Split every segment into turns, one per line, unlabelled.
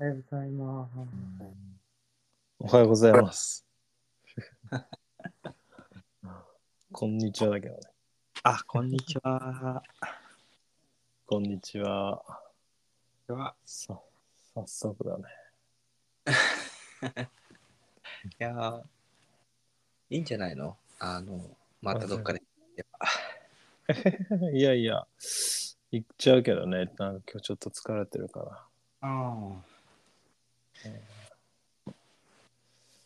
おはようございます。
おはようございます。こんにちはだけどね。
あ、こんにちは。
こんにちは。
では
さ早速だね。
いやー、いいんじゃないのあの、またどっかで。
いやいや、行っちゃうけどね。なんか今日ちょっと疲れてるから。
うん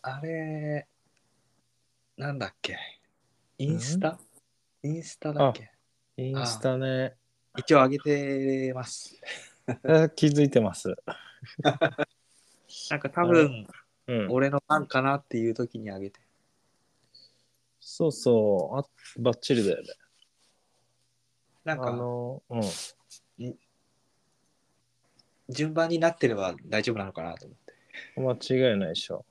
あれ、なんだっけインスタインスタだっけ
インスタね。
一応上げてます。
あ 気づいてます。
なんか多分、
うん。
俺の番かなっていう時に上げて。
そうそう。あバッチリだよね。
なん
あ
か、
の、うん。
順番になってれば大丈夫なのかなと思って。
間違いないでしょ。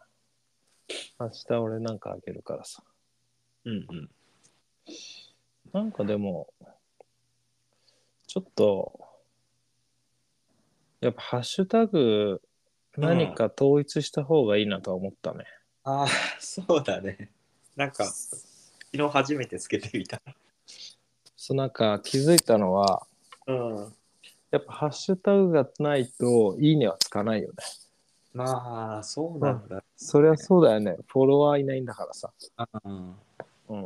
明日俺なんかあげるからさ。
うんうん。
なんかでも、ちょっと、やっぱハッシュタグ何か統一した方がいいなとは思ったね。
ああ、そうだね。なんか、昨日初めてつけてみた。
そうなんか気づいたのは、
うん。
やっぱハッシュタグがないといいねはつかないよね。
まあ、そうなんだ。
そりゃそうだよね。フォロワーいないんだからさ。
うん
うん。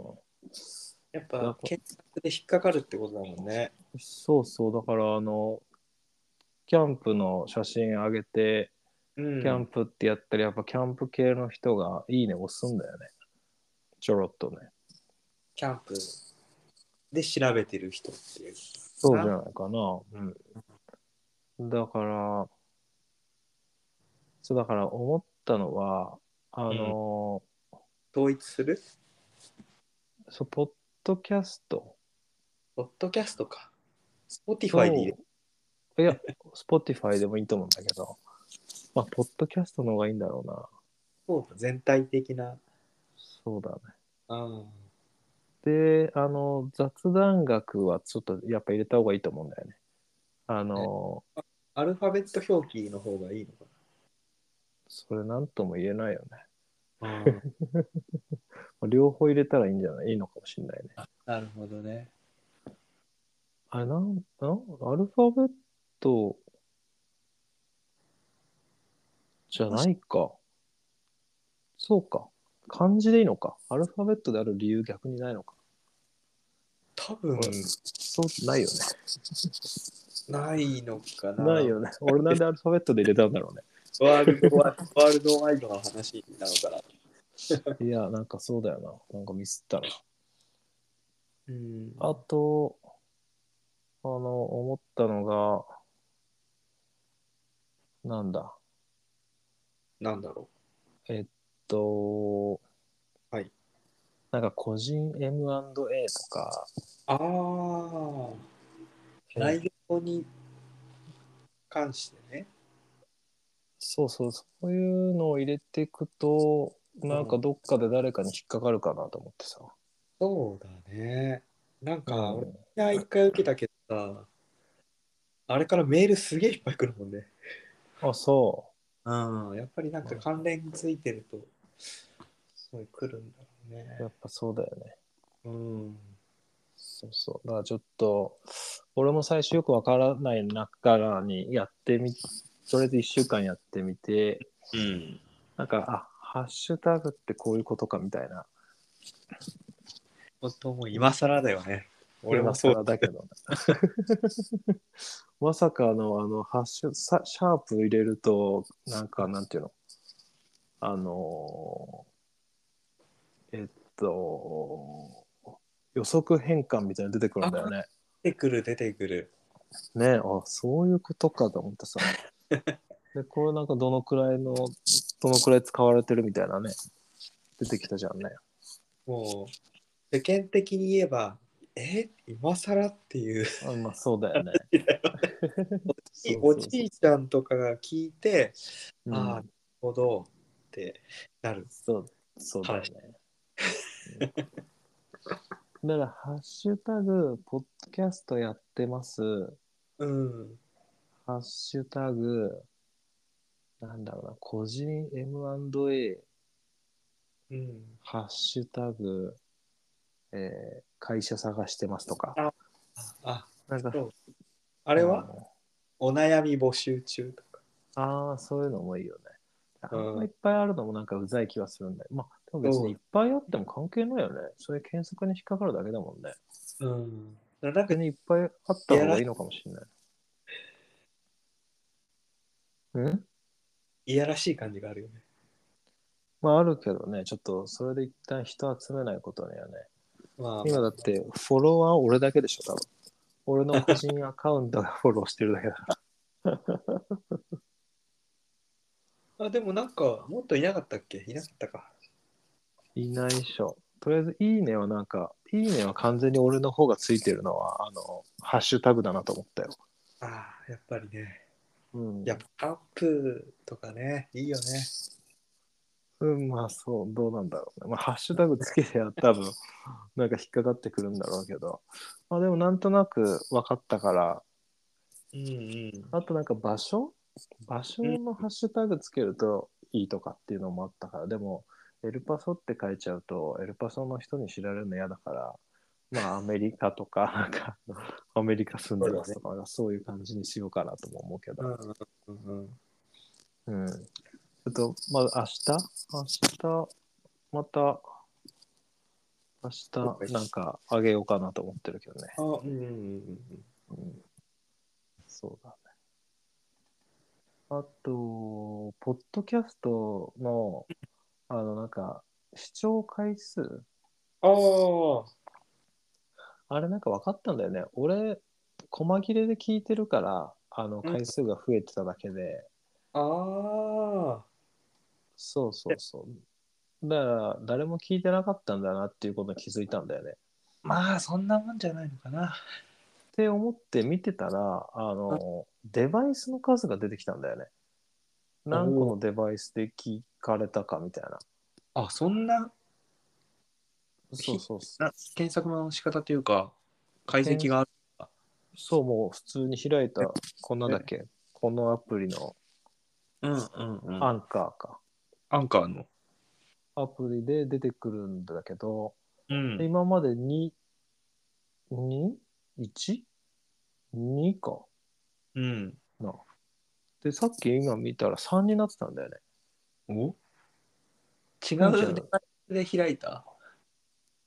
やっぱ、検索で引っかかるってことだもんね。
そうそう。だからあの、キャンプの写真上げて、
うん
キャンプってやったらやっぱキャンプ系の人がいいね押すんだよね。ちょろっとね。
キャンプで調べてる人っていう。
そうじゃないかな。うん。だから、そうだから思ったのは、あの、
統一する
そう、ポッドキャスト。
ポッドキャストか。スポティファイでいい。
いや、Spotify でもいいと思うんだけど、まあ、ポッドキャストの方がいいんだろうな。
そうだ全体的な。
そうだね。
うん。
で、あの、雑談学はちょっとやっぱ入れた方がいいと思うんだよね。あの、
アルファベット表記の方がいいのか
それなんとも言えないよね。
な。
両方入れたらいいんじゃないいいのかもしれないね。
なるほどね。
あれなん、なんアルファベットじゃないか。そうか。漢字でいいのか。アルファベットである理由逆にないのか。
多分、
そう、ないよね。
ないのかな。
ないよね。俺なんでアルファベットで入れたんだろう
ワールドワイワールドワイドの話なのかな。
ね。いや、なんかそうだよな。なんかミスったな。
うん
あと、あの、思ったのが、なんだ。
なんだろ
えっと、
はい。
なんか個人 M&A とか、
う。ああ、内容に関してね。
そうそう、そういうのを入れていくと、なんかどっかで誰かに引っかかるかなと思ってさ。
そうだね。なんか、
うん
俺、俺、一回受けたけどさ、あれからメールすげえいっぱい来るもんね。
あ、そ
うん、やっぱりなんか関連ついてると、すごい来るんだろうね
う。。やっぱそうだよね。
うん。
そうそう。だからちょっと、俺も最初よくわからない中にやってみ、それで1週間やってみて、
うん。
なんか、あ、ハッシュタグってこういうことかみたいな。
本当もう今更だよね。俺もそう
今更だけど ね。まさかの、あの、ハッシュ、さシャープ入れると、なんか、なんていうのあのーえっと、予測変換みたいなの出てくるんだよね。
出てくる出てくる。
ねえ、あ、そういうことかと思ってさ。で、これなんかどのくらいの、どのくらい使われてるみたいなね、出てきたじゃんね。
もう、世間的に言えば、え今更っていう。
あまあ、 そうだよね。そうそう
おじいちゃんとかが聞いて、
うん
ああ、なるほどってなる。
そう、そうだよね。うんだから、ハッシュタグ、ポッドキャストやってます。
うん。
ハッシュタグ、なんだろうな、個人 M&A、
うん。
ハッシュタグ、えー会社探してますとか。
あ、
なんか
そう
あ
あれは、お悩み募集中とか。
ああ、そういうのもいいよね。あ
うん
んまいっぱいあるのもなんかうざい気はするんだよ。まあ、でも別
うん
にいっぱいあっても関係ないよね。それ検索に引っかかるだけだもんね。
うん。なんか
逆にいっぱいあった方がいいのかもしれない。うん
いやらしい感じがあるよね。
まああるけどね、ちょっとそれで一旦人集めないことにはね。
まあ、
今だってフォロワー俺だけでしょ、多分。俺の個人アカウントが フォローしてるだけだから。
あでもなんか、もっといなかったっけいなかったか。
いないでしょ。とりあえず、いいねはなんか、いいねは完全に俺の方がついてるのは、あの、ハッシュタグだなと思ったよ。
ああ、やっぱりね。
うん。
やっぱアップとかね、いいよね。
うん、まあそう、どうなんだろうね。まあ、ハッシュタグつけては多分、なんか引っかかってくるんだろうけど。まあでも、なんとなく分かったから、
うん
あとなんか場所場所のハッシュタグつけるといいとかっていうのもあったから、でも、エルパソって書いちゃうと、エルパソの人に知られるの嫌だから、まあアメリカとか、なんかアメリカ住んでますとか、そういう感じにしようかなとも思うけど。
うん。うんうんうん。
うん。ちょっと、まあ、明日明日、また、明
了解
日、なんか、あげようかなと思ってるけどね。
あ、うんうんうん
うん、そうだね。あと、ポッドキャストの、あの、なんか、視聴回数
うん。ああ。
あれなんか分かったんだよね。俺、細切れで聞いてるから、あの、
うん
回数が増えてただけで、
ああ。
そうそうそう。だから、誰も聞いてなかったんだなっていうことに気づいたんだよね。っ
まあ、そんなもんじゃないのかな。
て思って見てたら、あの、デバイスの数が出てきたんだよね。何個のデバイスで聞かれたかみたいな。
あ、そんな
そうそうそう。
な検索の仕方というか、解析がある。
そう、もう普通に開いた、こんなんだっけこのアプリの
うんうんう
アンカーか。
アンカーの。
アプリで出てくるんだけど、
うん。
今までに 2?1?2 か。
うん。
で、さっき今見たら3になってたんだよね。
お違
なんじゃ
う
ない
デバイスで開いた。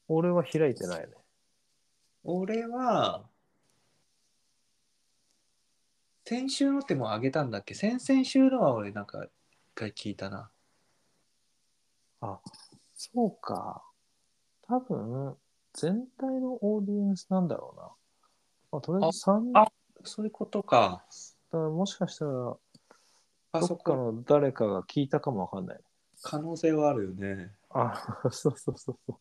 俺は開いてないね。
俺は、先週のってもう上げたんだっけ先々週のは俺なんか一回聞いたな。
そうか。多分、全体のオーディエンスなんだろうな。まあ、とりあえず3
ああそういうことか。
だからもしかしたら、ど
あそ
っか
こ
の誰かが聞いたかもわかんない。
可能性はあるよね。
あ、 そうそうそうそう。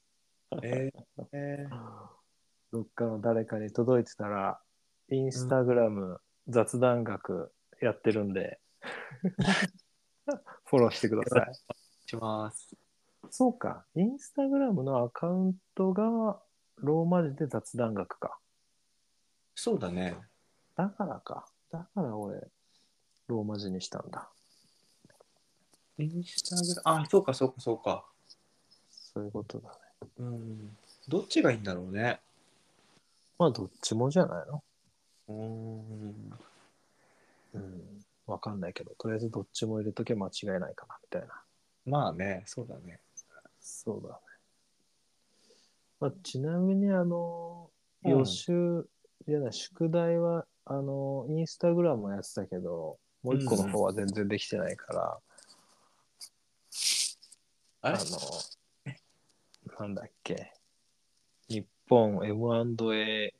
えーえー
どっかの誰かに届いてたら、インスタグラム雑談学やってるんで、 フォローしてくだ さい。
します。
そうか、インスタグラムのアカウントがローマ字で雑談学か。
そうだね。
だからか。だから俺、ローマ字にしたんだ。
インスタグラム、あ、そうかそうかそうか。
そういうことだね。
うん。どっちがいいんだろうね。
まあ、どっちもじゃないの
うん。
うん。わかんないけど、とりあえずどっちも入れとけ間違いないかな、みたいな。
まあね、そうだね。
そうだね。まあ、ちなみに、あの、
うん
予習じゃない、宿題は、あの、インスタグラムもやってたけど、もう一個の方は全然できてないから、
あれ
あの、なんだっけ、日本 M&A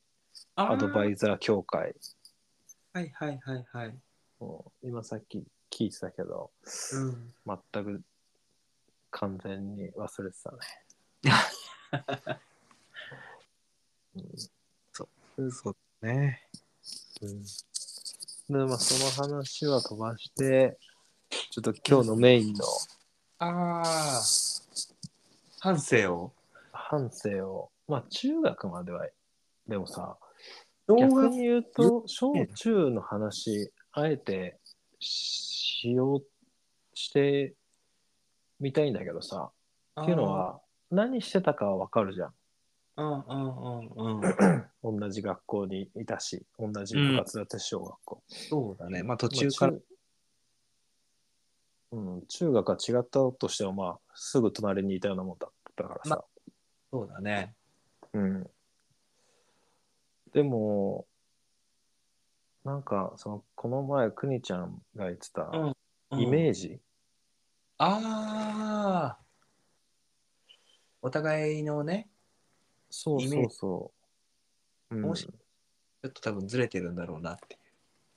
アドバ
イ
イザー協会、
はいはいはいはい。
もう今さっき聞いてたけど、
うん。
全く完全に忘れてたね。 うん
そうそうね。
うんで、まあ、その話は飛ばして、ちょっと今日のメインの
ああ。反省を
反省を、まあ、中学までは、でもさ、逆
逆
に
に
言うと、小中の話、あえてしようしてみたいんだけどさ、っていうのは、何してたかはわかるじゃん。
あー、うんうんうんうん。
同じ学校にいたし、同じ部活だったし、小学校。
そうだね。まあ途中から
まあ。中うん、中学は違ったとしても、まあ、すぐ隣にいたようなもんだったからさ。
そうだね。
うん。でも、なんか、その、この前、くにちゃんが言ってた、イ
ジ。
メージ、
ああ。お互いのね、
そう
イ
そ
メー
うそう。うん
もしちょっと多分ずれてるんだろうなっていう。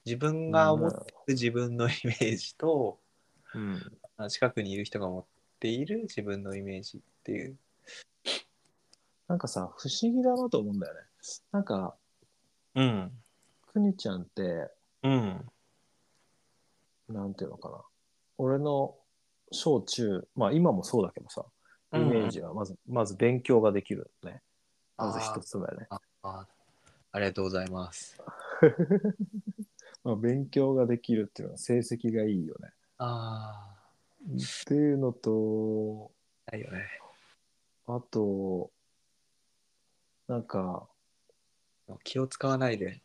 自分が思ってる自分のイメージと、
うん、
あ近くにいる人が持っている自分のイメージっていう。
なんかさ、不思議だなと思うんだよね。なんか、
うん。
くにちゃんって、
うん。
なんていうのかな。俺の小中、まあ今もそうだけどさ、イメージはまず、まず勉強ができるね。まず一つ目ね。
あありがとうございます。
まあ、勉強ができるっていうのは成績がいいよね。
あ
っていうのと、
あ。ないよね。
あと、なんか、
気を使わないで。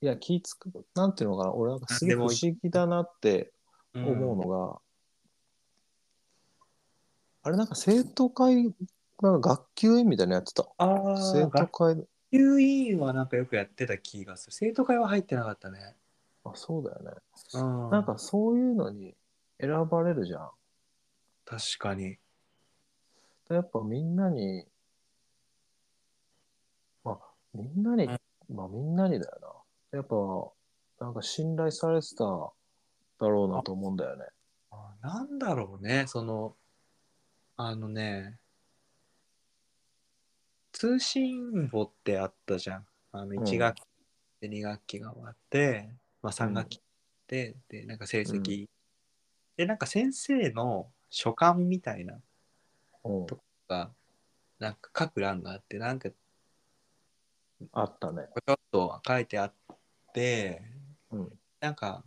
いや、気つく、なんていうのかな、俺なんかすげえ
で
不
も
思議だなって思うのが、あれなんか生徒会、なんか学級委員みたいなのやってた。
あ
生
あ、
徒
学
会、
級委員はなんかよくやってた気がする。生徒会は入ってなかったね。
あ、そうだよね。
うん。
なんかそういうのに選ばれるじゃん。
確かに。
やっぱみんなに、まあ、みんなに、まあみんなにだよな。やっぱ、なんか信頼されてただろうなと思うんだよね。
あなんだろうね、その、あのね、通信簿ってあったじゃん。あ
ん
の1学期で2学期が終わって、まあ、3学期で、で、なんか成績、で、なんか先生の書簡みたいなの
うん
と。が、なんか書く欄があって、なんかち
あったね。
ょっと書いてあって、
うん。
なんか、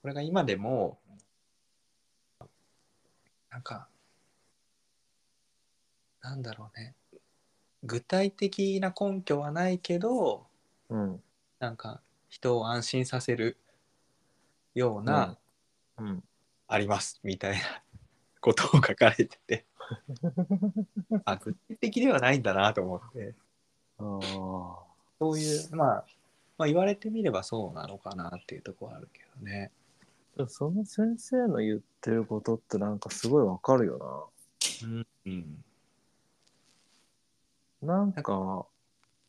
これが今でも、なんか、なんだろうね。具体的な根拠はないけど、
うん。
なんか、人を安心させるような、
うん。
あります、みたいなことを書かれて て。あ、具体的ではないんだなと思って。
ああ。
そういう、まあ、まあ言われてみればそうなのかなっていうところはあるけどね。
その先生の言ってることってなんかすごいわかるよ
うん。うん。
な。なんか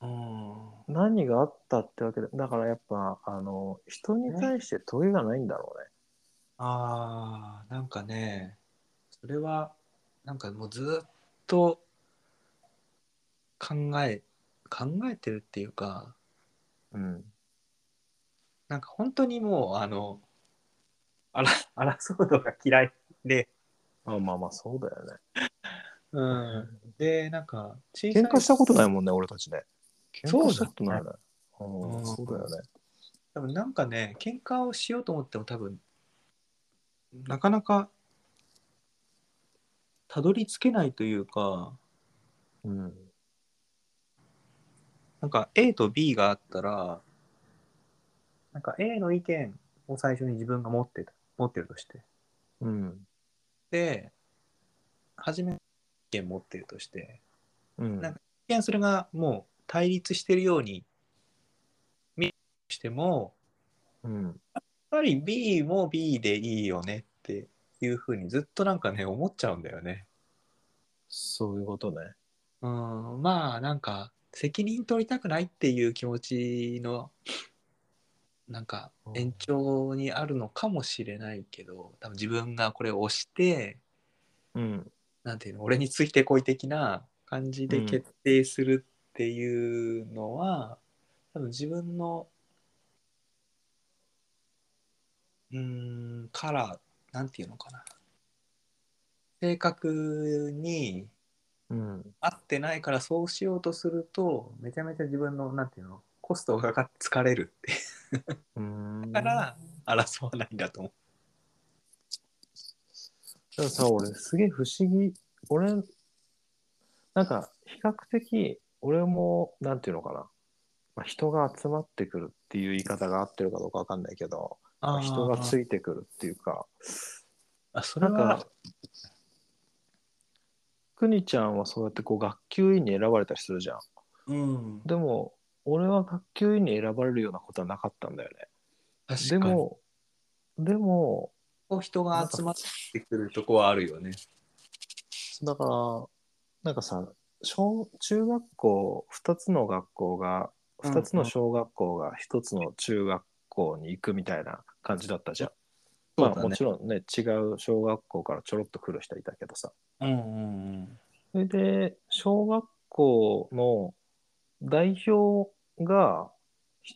うん
何があったってわけで、だからやっぱあの人に対して問いがないんだろうね。
ああ、なんかね、それは、なんかもうずっと考え、考えてるっていうか、
うん。
なんか本当にもう、あの、あ ら争うのが嫌いで、
あまあまあそうだよね。
うん。で、なんか、小さい
喧嘩したことないもんね、俺たちね。喧
そうだね
嘩したことないね。
う
うんん、そうだよね。
多分なんかね、喧嘩をしようと思っても多分、なかなか、たどり着けないというか、
うん。
なんか A と B があったら、なんか A の意見を最初に自分が持ってた、持ってるとして。
うん。
で、初めの意見持ってるとして、
うん。
なんか一見それがもう対立してるように見えるとしても、
うん。
やっぱり B も B でいいよねっていうふうにずっとなんかね、思っちゃうんだよね。
そういうことね。
うん、まあなんか責任取りたくないっていう気持ちのなんか
うん
延長にあるのかもしれないけど多分自分がこれを押して
うん。
なんていうの俺についてこい的な感じで
うん
決定するっていうのは、多分自分のうーんカラーなんていうのかな性格に
うん。
合ってないからそうしようとするとめちゃめちゃ自分のなんていうのコストがかかって疲れるって
うん。
だから争わないんだと思
たださ、俺すげえ不思議。俺、なんか比較的、俺も、なんていうのかな。まあ、人が集まってくるっていう言い方が合ってるかどうかわかんないけど、まあ人がつ
い
いてくるっていうか、
あそれ
なん
は
か、くにちゃんはそうやってこう学級委員に選ばれたりするじゃん。
うん
でも、俺は学級委員に選ばれるようなことはなかったんだよね。
確か
で
に
も、でも、
こう人が集まってくるとこはあるよね
だから、なんかさ、小中学校、2つの学校が、
うん
2つの小学校が1つの中学校に行くみたいな感じだったじゃん。
そ
ま
う
あ
だね
もちろんね、違う小学校からちょろっと来る人いたけどさ。
うんうんうん
それで、小学校の代表が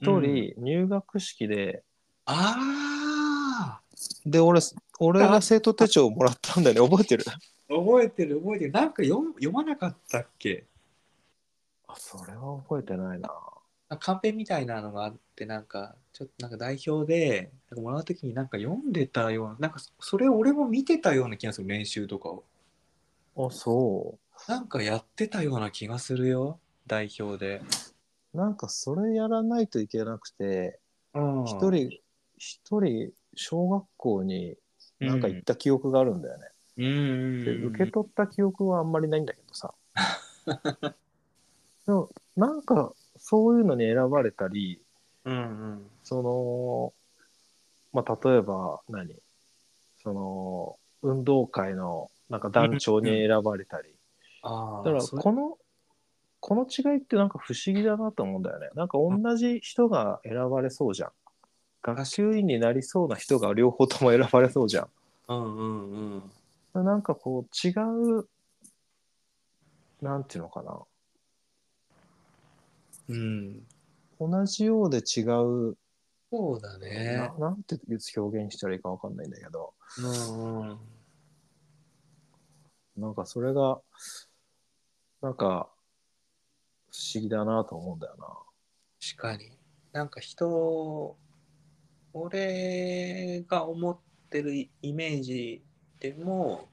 1人入学式で、
あ
で、俺、俺が生徒手帳をもらったんだよね、覚えてる
あ覚えてる覚えてるなんか読む読まなかったっけ
あ、それは覚えてないな。
なんかカンペみたいなのがあってなんかちょっとなんか代表でなんかもらうときになんか読んでたようななんかそそれ俺も見てたような気がする練習とかを
あ、そう。
なんかやってたような気がするよ代表で
なんかそれやらないといけなくて、
一
一、人、一人、小学校になんか行った記憶があるんだよね。
うんうん
で
うん
受け取った記憶はあんまりないんだけど さ。でも、なんかそういうのに選ばれたり、
うんうん
その、まあ、例えば何その、運動会のなんか団長に選ばれたり。
ああ
だから
それ
このこの違いってなんか不思議だなと思うんだよね。なんか同じ人が選ばれそうじゃん。学習院になりそうな人が両方とも選ばれそうじゃ
うんうんうん
ん。なんかこう違う、なんていうのかな。
うん
同じようで違う、
そうだね
ななんて表現したらいいかわかんないんだけど、
うんうん
なんかそれが、なんか不思議だなと思うんだよな。
確かになんか人俺が思ってるイメージでも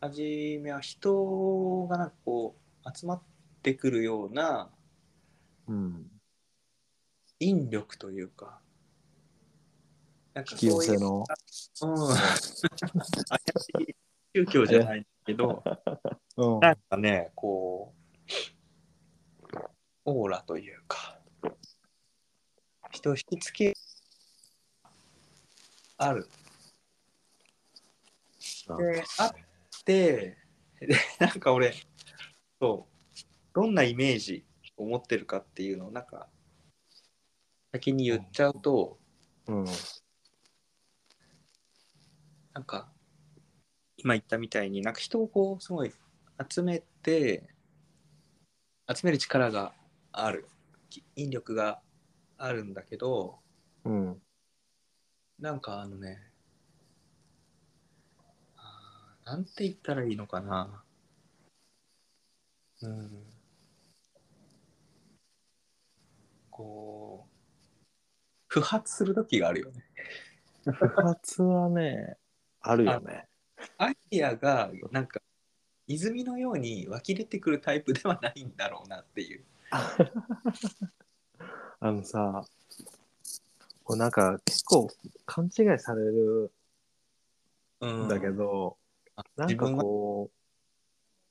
初めは人がなんかこう集まってくるような
うん。
引力というかなんか
引
そ
き
ういう
寄せの。
うん、怪しい宗教じゃないけど
うん。
なんかねこうオーラというか人を引きつけあるであってでなんか俺そうどんなイメージを持ってるかっていうのをなんか先に言っちゃうと、
うん。
なんか今言ったみたいになんか人をこうすごい集めて集める力があるき引力があるんだけど
うん。
なんかあのねあーなんて言ったらいいのかなうんこう不発する時があるよね
不発は ね、あるよね。
アイディアがなんか泉のように湧き出てくるタイプではないんだろうなっていう。
あのさ、こうなんか結構勘違いされる
うん
んだけど、なんかこ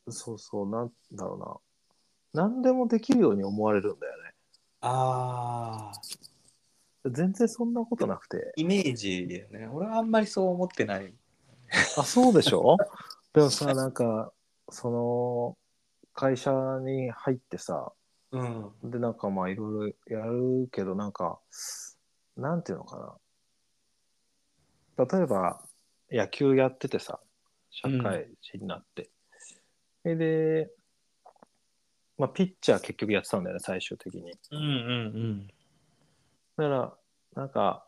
う、そうそう、なんだろうな。何でもできるように思われるんだよ
ああ
ね。全然そんなことなくて。
イメージだよね。俺はあんまりそう思ってない。
あ、そうでしょ でもさ、なんか、その、会社に入ってさ、
うん
で、なんかまあいろいろやるけど、なんか、なんていうのかな。例えば、野球やっててさ、社会人になって。それで、まあ、ピッチャー結局やってたんだよね、最終的に。
うんうん
だから、なんか、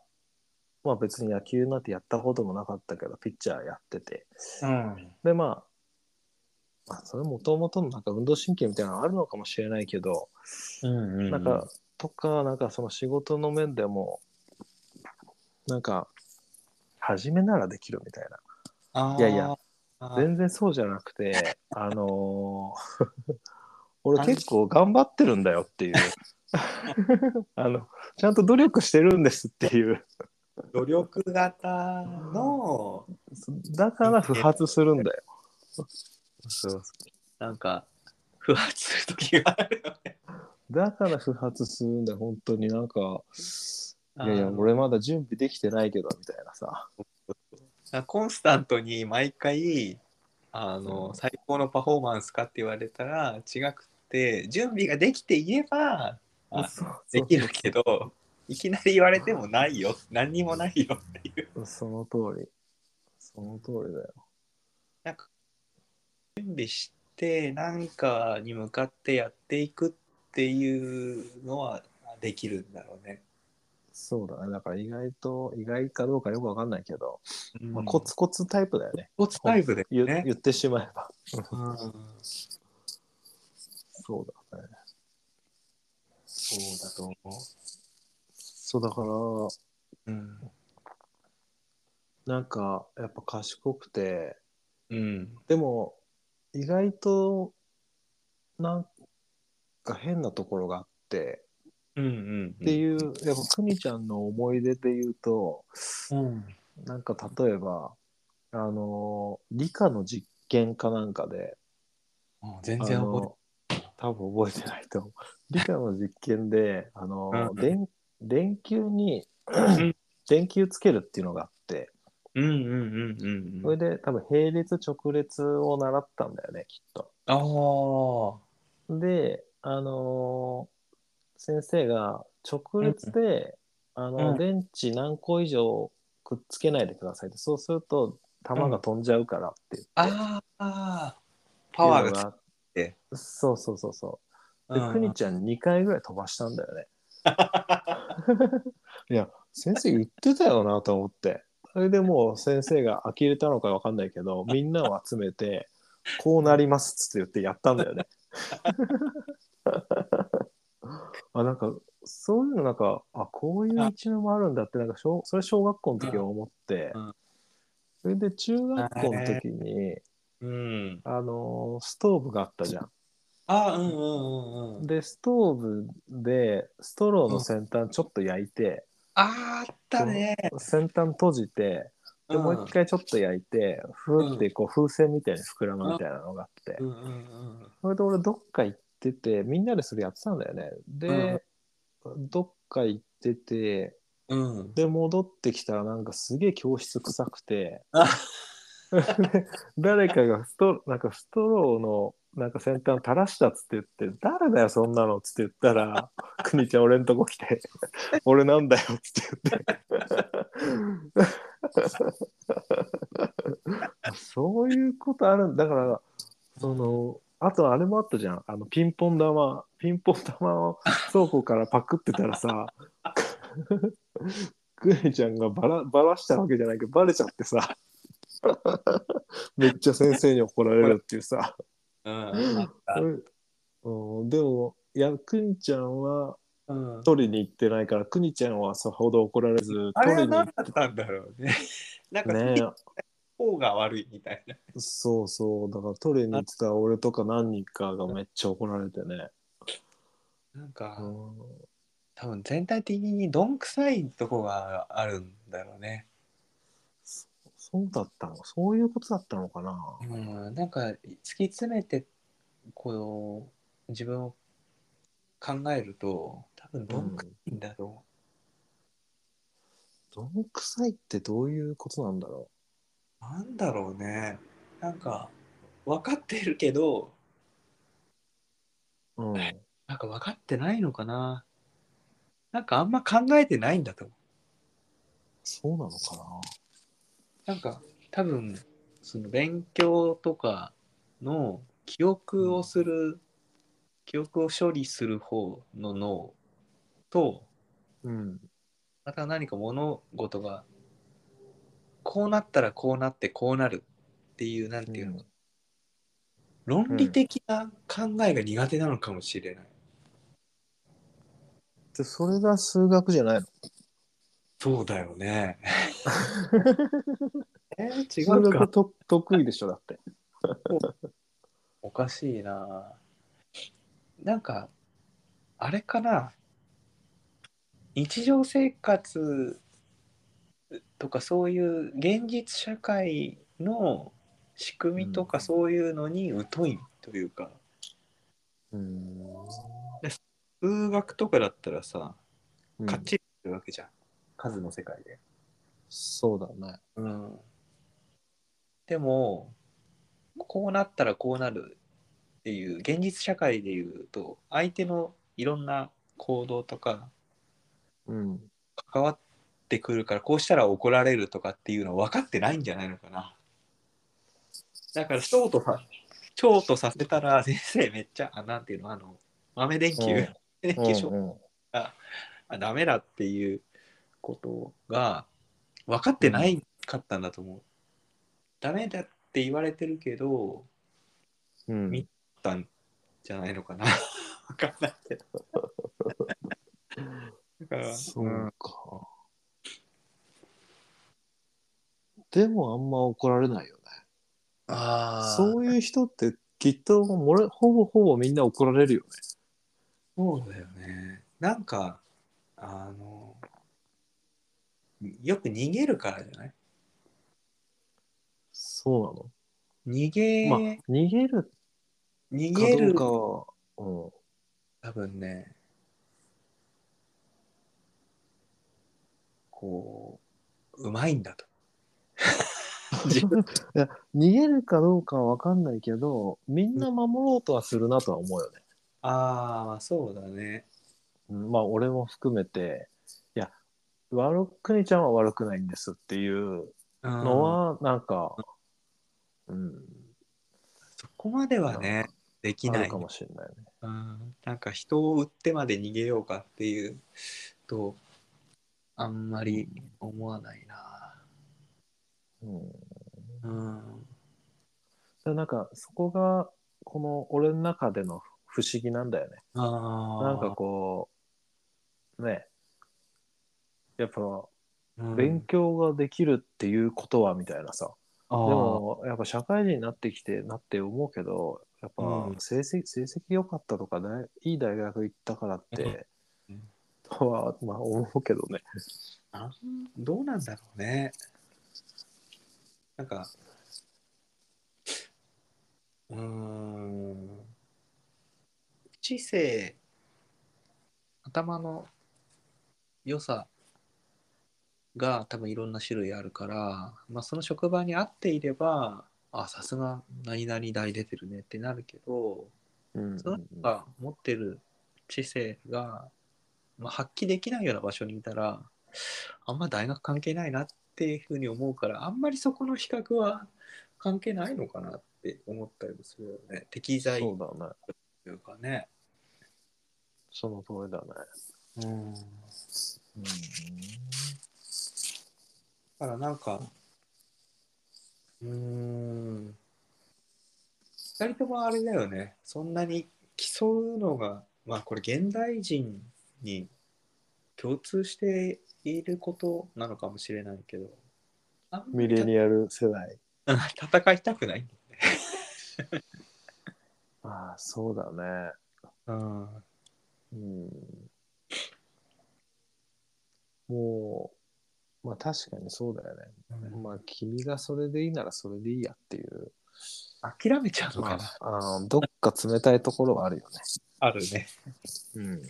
まあ別に野球なんてやったこともなかったけど、ピッチャーやってて。
うん。うん
で、まあ、まあ、それもともとのなんか運動神経みたいなのあるのかもしれないけど、
うんうん。
なんか、とか、なんかその仕事の面でも、なんか、初めならできるみたいな
あー
いやいや。
あー
全然そうじゃなく て、あのー俺結構頑張ってるんだよって いう。あの、ちゃんと努力してるんですっていう。
努力型の、
だから不発するんだよ。そう
なんか、不発するときがあるよね。
だから不発するんだよ、本当になんか、いやい
あ
や、
ー
俺まだ準備できてないけど、みたいなさ。
コンスタントに毎回あの、最高のパフォーマンスかって言われたら違くて準備ができていればあ
そうそう
できるけどいきなり言われてもないよ何にもないよっていう
その通り。その通りだよ。
なんか準備して何かに向かってやっていくっていうのはできるんだろうね。
そうだね。だから意外と、意外かどうかよくわかんないけど、ま
う
あ、
ん
コツコツタイプだよね。
コツタイプだ
言
よね。
言ってしまえば。
うん
そうだね。
そうだと思
そうだから、
う。うん。
なんか、やっぱ賢くて、
うん。
でも、意外と、なんか変なところがあって、
うんうん。
っていう、やっぱ、くにちゃんの思い出で言うと、
うん。
なんか例えば、あの、理科の実験かなんかで、
もう全然覚えて
あの多分覚えてないと思う。 理科の実験で、あの、
うん
電電球に
ん、
電球つけるっていうのがあって、
うんうんうん
それで多分並列直列を習ったんだよね、きっと。
ああ。
で、あのー先生が直列で、あの、
うん
電池何個以上くっつけないでくださいって、そうすると弾が飛んじゃうからって言って、
ああ。パワーが
っ
つ
て
て
いうのがそうそうそうそう。で、
うん
くにちゃん2回ぐらい飛ばしたんだよね。 いや、先生言ってたよなと思って。それでもう先生が呆れたのかわかんないけ ど、みんなを集めて、こうなりますっつって言ってやったんだよ ね。あなんか、そういうのなんか、あこういう一面もあるんだって、なんか小、それ小学校の時は思って
うんうん、
それで中学校の時に、
うん。
あのーストーブがあったじゃん。
ああ、うんうんうんうん。
で、ストーブで、ストローの先端ちょっと焼いて、
ああったね。
先端閉じて、でもう一回ちょっと焼いて、ふーってこう風船みたいに膨らむみたいなのがあって、
うんうんうん
それで俺どっか行ってて、みんなでそれやってたんだよね。で、どっか行ってて、
うん。うん。
で、戻ってきたらなんかすげえ教室臭くて
あ、
で 誰かがストなんかストローのなんか先端垂らしたっつって言って、誰だよそんなのっつって言ったら、 くにちゃん俺んとこ来て、 俺なんだよっつって言って。そういうことあるんだから、その、あとあれもあったじゃん。あの、ピンポン玉、ピンポン玉を倉庫からパクってたらさ、クエちゃんがばらばらしたわけじゃないけど、ばれちゃって さ、めっちゃ先生に怒られるっていうさ。
うん。
うん、でも、いや、くにちゃんは
うん、
取りに行ってないから、くにちゃんはさほど怒られず、
あれ
取
は
りに行
何
っ
だったんだろうね。 なん
て
か、
ね
ね、。方が悪いみたいな。
そうそう、だから取りに行ってた俺とか何人かがめっちゃ怒られてね。
なんか、
うん
多分全体的にどんくさいとこがあるんだろうね。
そうだったのそういうことだったのかな
うん、なんか突き詰めてこう自分を考えると多分どんくらいんだろ
どんくさいってどういうことなんだろ
う、なんだろうねなんか分かってるけど
ううん。
なんか分かってないのかななんかあんま考えてないんだと思
そうなのかな
うなんか多分その勉強とかの記憶をする記憶を処理する方の脳と
うん。
また何か物事がこうなったらこうなってこうなるっていうなんていうの、
うん
論理的な考えが苦手なのかもしれない、
で、それが数学じゃないの
そうだよねえー、違
数
う
学
か。
と得意でしょだって。
おかしいな。なんか、あれかな。日常生活とかそういう現実社会の仕組みと
う
か
ん
そういうのに疎いというか、
うん。
数学とかだったらさ、かっちりするわけじゃん。数の世界で。
そうだね。
うん、でもこうなったらこうなるっていう現実社会でいうと相手のいろんな行動とか
うん。
関わってくるからこうしたら怒られるとかっていうの分かってないんじゃないのかなだからショートさショートさせたら先生めっちゃあなんていうのあの豆電球
うん
豆電球ショート
うんうん
あダメだっていうことが分かってないかったんだと思う。ダメだって言われてるけど、
うん
みだったんじゃないのかな。 分かんないけど。だから、
そうか。でもあんま怒られないよね。
ああ、
そういう人ってきっともれほぼほぼみんな怒られるよね。
そうだよね。なんか、あの、よく逃げるからじゃない
そ
逃げ、
うなの。まあ逃げる
逃
かど
げ
う
る
かは、うん、
多分ねこううまい んだと自分
逃げるかどうかは分かんないけどみんな守ろうとはするなとは思うよね。
ああまあそうだね
うんまあ俺も含めていや悪くにちゃんは悪くないんですっていうの
の
はなんか、うん、
そこまではねでき
あ
な
る
い
かもしれないね。
うん、なんか人を売ってまで逃げようかっていうとあんまり思わないな
うん
うん
でなんかそこがこの俺の中での不思議なんだよね。
ああ
なんかこうねやっぱ
うん
勉強ができるっていうことはみたいなさ、
あー
でもやっぱ社会人になってきてなって思うけどやっぱ
うん
成績、成績良かったとかねいい大学行ったからって、
うん
とはまあ思うけどね。
あんどうなんだろうね。なんか、うーん、知性、頭の良さが多分いろんな種類あるから、まあ、その職場に合っていれば、あ、さすが何々大出てるねってなるけど、
うん
その人が持ってる知性が、まあ、発揮できないような場所にいたらあんま大学関係ないなっていうふうに思うからあんまりそこの比較は関係ないのかなって思ったりもするよね適材
そ
と
うだね
いうかね。
その通りだね。
うん
う
だ
ん
からなんかうーん2人ともあれだよねそんなに競うのがまあこれ現代人に共通していることなのかもしれないけどあんま
ミ
り
レニアル世代
うん戦いたく ない、
ああそうだね。
うん、
うんもう、まあ確かにそうだよね。まあ君がそれでいいならそれでいいやっていう、
諦めちゃうのか
ま
な、
あ、あのどっか冷たいところはあるよ
あるね
ね。うん。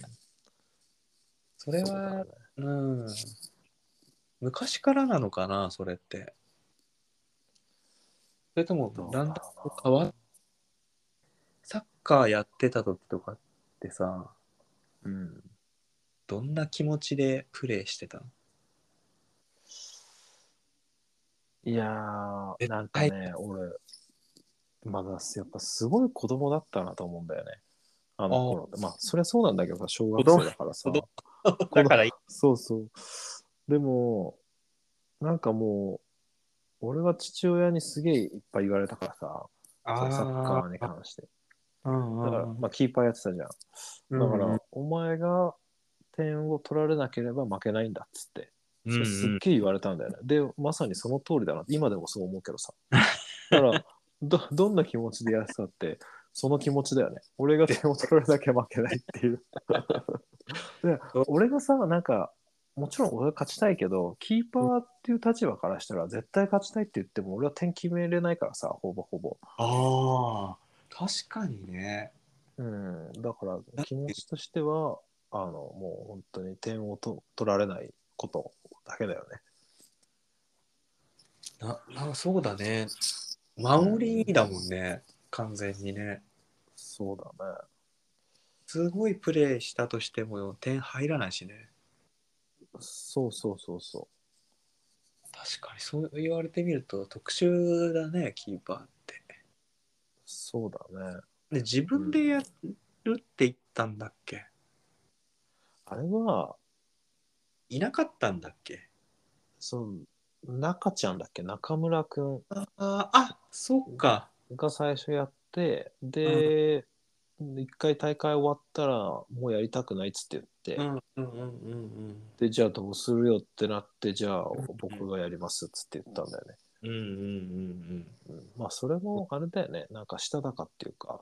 そ
そ
れ
うだね
はうん昔からなのかなそれってそれとも
どうだろ
だ
うんな
だん変わっサッカーやってた時とかってさ
うん。
どんな気持ちでプレーしてたの
いやー、
え
なんかね、俺、まだやっぱすごい子供だったなと思うんだよね。あの頃って。まあそりゃそうなんだけどさ、小学生だからさ。
子供だからい
そうそう。でも、なんかもう、俺は父親にすげえいっぱい言われたからさ、そのサッカーに関して。だから、まあ、キーパーやってたじゃん。だから、お前が点を取られなければ負けないんだっつってそれすっ
うん
げえ言われたんだよね。で、まさにその通りだな。今でもそう思うけどさ。だから、ど、どんな気持ちでやってたって、その気持ちだよね。俺が点を取られなきゃ負けないっていう。 で俺がさ、なんか、もちろん俺が勝ちたいけど、キーパーっていう立場からしたら、絶対勝ちたいって言っても、俺は点決めれないからさ、ほぼほぼ。
ああ、確かにね。
うん。だから、気持ちとしては、あの、もう本当に点をと取られないことだけだよね。
ななんかそうだね。守りだもんね、完全にね。
そうだね。
すごいプレーしたとしても点入らないしね。
そうそうそうそ
確かにそう言われてみると特殊だね、キーパーって。
う。そうだね。
で、自分でやるって言ったんだっけ
あれは、
いなかったんだっけ
その、中ちゃんだっけ中村くん
あーあ、そっか。
が最初やって、で、一回大会終わったら、もうやりたくないっつって言って、
うんうんうんうん
で、じゃあどうするよってなって、じゃあ
ん
僕がやりますっつって言ったんだよね。
うん。うんうん
うんまあ、それもあれだよね。なんかしたたかっていうか、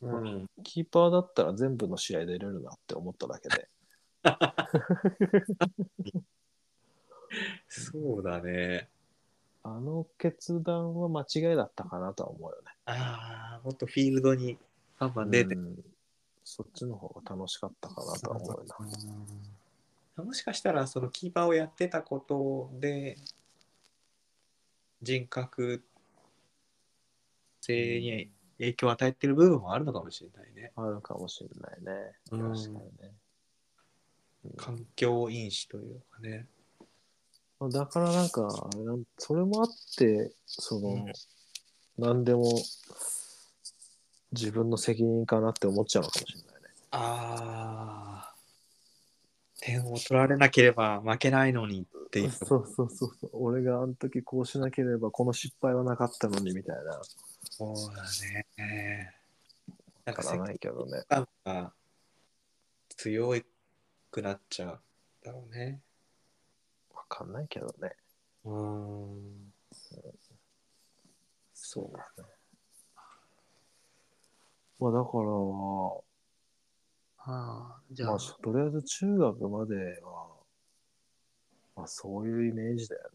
うんうん。うん、
キーパーだったら全部の試合出れるなって思っただけで。
そうだね。
あの決断は間違いだったかなとは思うよね。
ああ、もっとフィールドにバンバン出て。
うんそっちの方が楽しかったかなとは思うな。
うんもしかしたらそのキーパーをやってたことで人格性に影響を与えてる部分もあるのかもしれないね。
あるかもしれないね。
うん
確かにね。
環境因子というかね。
だからなんか、あれなんそれもあって、その、
うん
何でも自分の責任かなって思っちゃうのかもしれないね。
ああ。点を取られなければ負けないのにっていう。
そうそうそうそう。俺があの時こうしなければこの失敗はなかったのにみたいな。
そうだね。なん
わ
か
からないけどね。
感が強くなっちゃうだろうね。
わかんないけどね。
うん。そうだね。
まあだから、
ああ、じゃあ、
まあそとりあえず中学までは、まあそういうイメージだよね。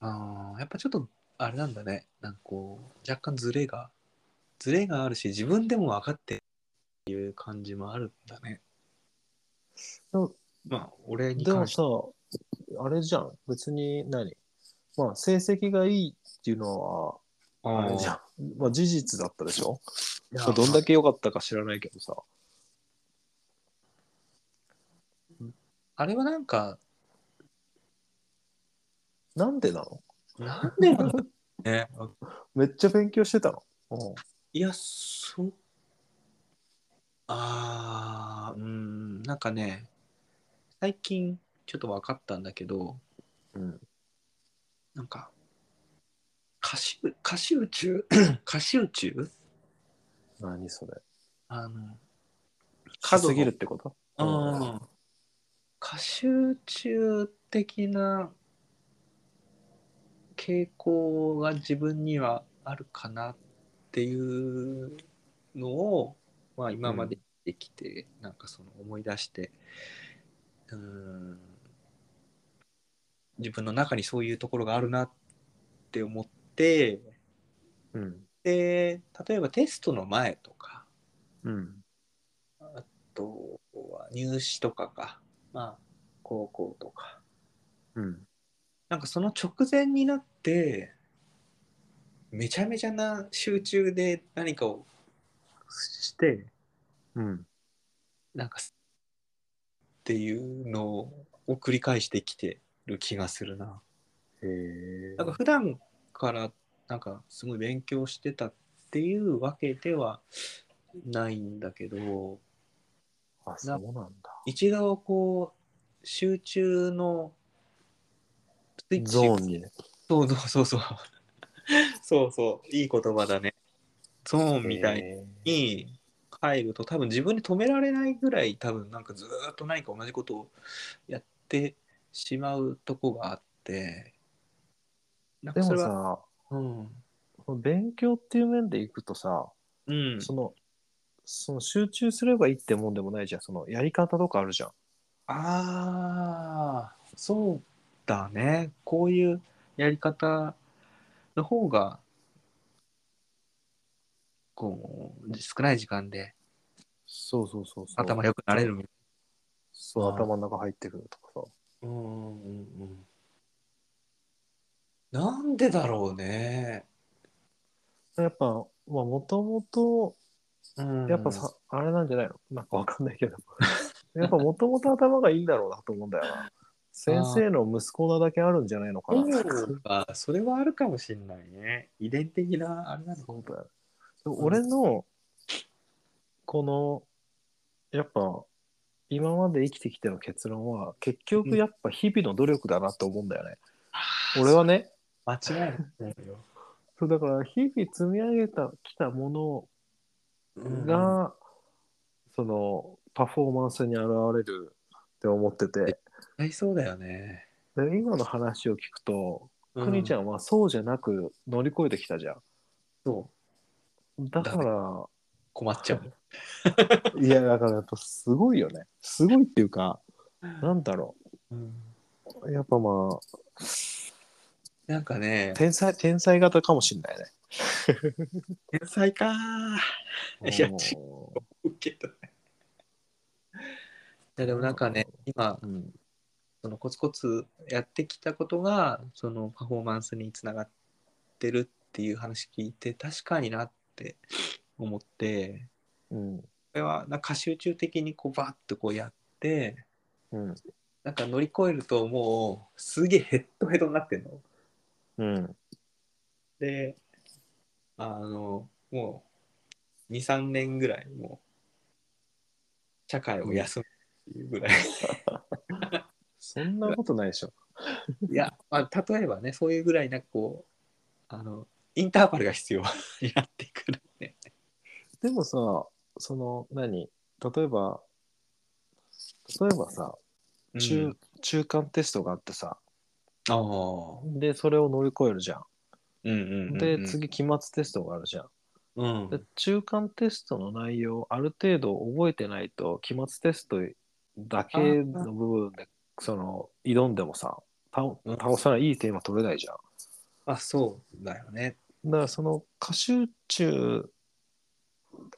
あーやっぱちょっとあれなんだね。なんかこう、若干ズレが、ズレがあるし、自分でも分かってっていう感じもあるんだね。
でも
まあ、俺に
でも
関して
さ、あれじゃん。別に何、まあ、成績がいいっていうのは、あれじゃん。まあ、事実だったでしょまあどんだ
け
け良かったか知らないけどさ。
あれはなんか、
なんでなの
なんでなんだろうね。
めっちゃ勉強してたの。うん
いや、そう。ああ、うん、なんかね、最近ちょっと分かったんだけど、
うん。
なんか、歌詞、歌詞宇宙 歌詞宇宙
何それ。
あの、
か
の
すぎるってこと
うん。歌詞宇宙的な傾向が自分にはあるかなっていうのを、まあ今まで生きてきて、なんかその思い出して、うーん、自分の中にそういうところがあるなって思って、
うん。
で例えばテストの前とか
うん。
あとは入試とかかまあ高校とか
うん。
なんかその直前になってめちゃめちゃな集中で何かをして
うん。
なんかっていうのを繰り返してきてる気がするな。
へえ。
なんか普段からなんかすごい勉強してたっていうわけではないんだけど。
あ、そうなんだ。
一度こう集中のスイッチ
ゾーンにね。
そうそうそうそうそうそういい言葉だねゾーンみたい
へえ。
に入ると多分自分で止められないぐらい多分なんかずーっと何か同じことをやってしまうとこがあって、なん
で
かそ
も
れは、
さ
うん、
この勉強っていう面でいくとさ、
うん、
そのその集中すればいいってもんでもないじゃんそのやり方とかあるじゃん
ああ、そうだね。こういうやり方の方が、こう、少ない時間で
そうそうそうそう
頭良くなれるみたい
そう
あー
頭の中入ってくるとかさ
うんうんうんなんでだろうね。
やっぱまあもともと
うん
やっぱさ、あれなんじゃないのなんかわかんないけど やっぱもともと頭がいいんだろうなと思うんだよな先生の息子なだけあるんじゃないのかな
そうかそれはあるかもしれないね。遺伝的な、あれなのか
そうだよ。でも俺の、この、やっぱ、今まで生きてきての結論は、結局やっぱ日々の努力だなと思うんだよね。俺はね、
間違いないよ。
そうだから日々積み上げたきたものが、その、パフォーマンスに現れるって思ってて、
合いそうだよね。
で今の話を聞くと、
う
くにちゃ
ん。
んはそうじゃなく乗り越えてきたじゃん。
そう、
だから、
困っちゃう。
いや、だからやっぱすごいよね。すごいっていうか、なんだろ
うん
う。やっぱまあ、
なんかね、
天才、天才型かもしんないね。
天才かー。いや、違
う
うけどね。いや、でもなんかね、今、
ん。
そのコツコツやってきたことがそのパフォーマンスにつながってるっていう話聞いて確かになって思って
うん。
これはなんか集中的にこうバッとこうやって
うん。
なんか乗り越えるともうすげえヘッドヘッドになってんの。
うん。
であのもう23年ぐらいもう社会を休むっていうぐらい。
そんなことないでしょ。
いや、まあ、例えばね、そういうぐらい、なんかこう、あの、インターバルが必要になってくるね。
でもさ、その、何例えば、例えばさ、中、
うん
中間テストがあってさ、
ああ。
で、それを乗り越えるじゃん。
うんうんうんうん。
で、、次、期末テストがあるじゃん。
うん。
で中間テストの内容をある程度覚えてないと期末テストだけの部分でその挑んでもさ倒
うん
倒さないいいテーマ取れないじゃん。
あ、そうだよね。
だからその過集中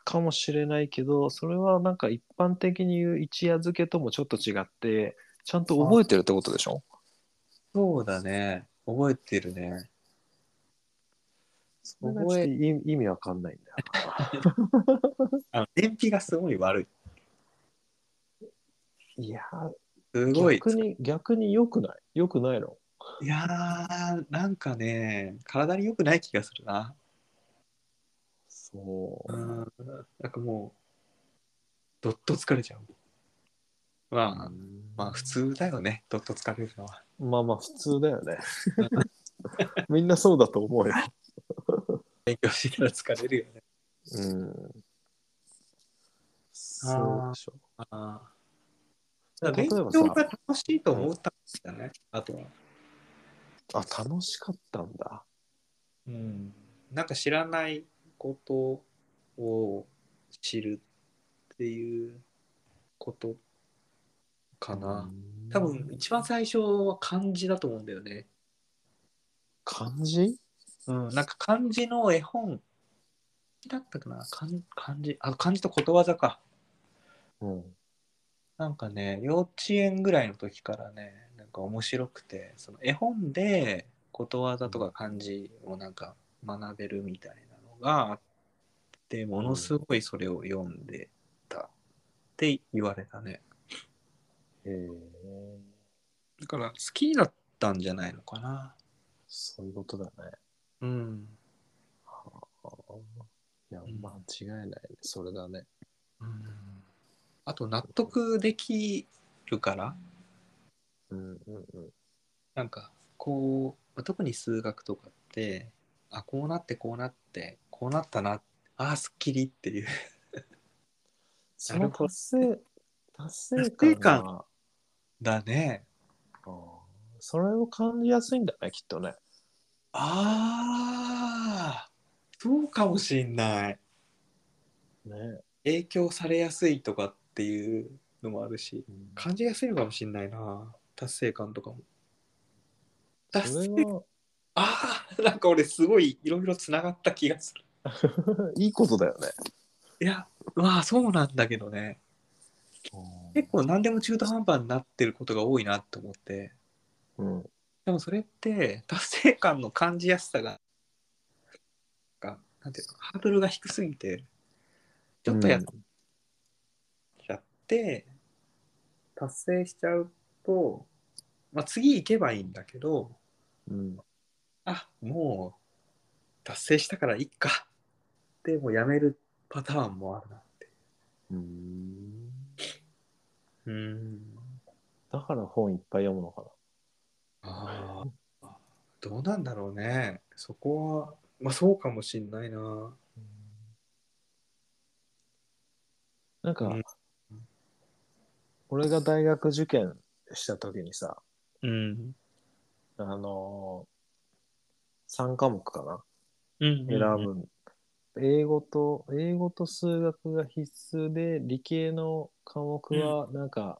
かもしれないけどそれはなんか一般的に言う一夜漬けともちょっと違ってちゃんと覚えてるってことでしょ
そうだね。覚えてるね。
それがちょっと意意味わかんないんだよな。
あの、燃費がすごい悪い。
いや
すごい。
逆に逆に良くない良くないの
いやー、なんかね、体に良くない気がするな。
そうう。
ん。なんかもう、どっと疲れちゃう。まあ、まあ、普通だよね。どっと疲れるのは。
まあまあ普通だよね。 みんなそうだと思うよ。
勉強してたら疲れるよね。
うん。そうでしょ。
あ
だ
あ。
から
勉
例えば
強が
さ、
楽しいと思ったんですよね、あとは。
あ、楽しかったんだ。
うん。なんか知らないことを知るっていうことかな。多分、一番最初は漢字だと思うんだよね。
漢字
うん。なんか漢字の絵本だったかな。漢漢字。あ、漢字とことわざか。
うん。
なんかね、幼稚園ぐらいの時からね、なんか面白くて、その絵本でことわざとか漢字をなんか学べるみたいなのがあって、ものすごいそれを読んでたって言われたね。
へえ。
だから好きだったんじゃないのかな。
そういうことだね。
うん。
あーいや
うん、
間違いないね。それだね。
うん、あと納得できるから、
うんうんうん。
なんかこうまあ特に数学とかってあこうなってこうなってこうなったなあーすっきりっていう
その達成、達成
達成
感が
だね
それを感じやすいんだね、きっとね。
ああ、そうかもしんない。
ね。
影響されやすいとかっていうのもあるし、
うん
感じやすいのかもしんないな。達成感とかも。達
それ
成
は、
ああ、なんか俺すごいいろいろつながった気がする。
いいことだよね。
いや、まあそうなんだけどね。結構何でも中途半端になってることが多いなと思って。
うん。
でもそれって達成感の感じやすさががなんていうのハードルが低すぎてちょっとやっちゃって、達成しちゃうと、まあ、次行けばいいんだけど
うん。
あもう達成したからいっかでもうやめるパターンもあるなって
うん。
うん
だから本いっぱい読むのか
ああどうなんだろうねそこはまあそうかもしんないな
な。なんか、
うん
俺が大学受験した時にさ、
うん
あのー、3科目かな
うん
選ぶ、英語と英語と数学が必須で理系の科目はなんか、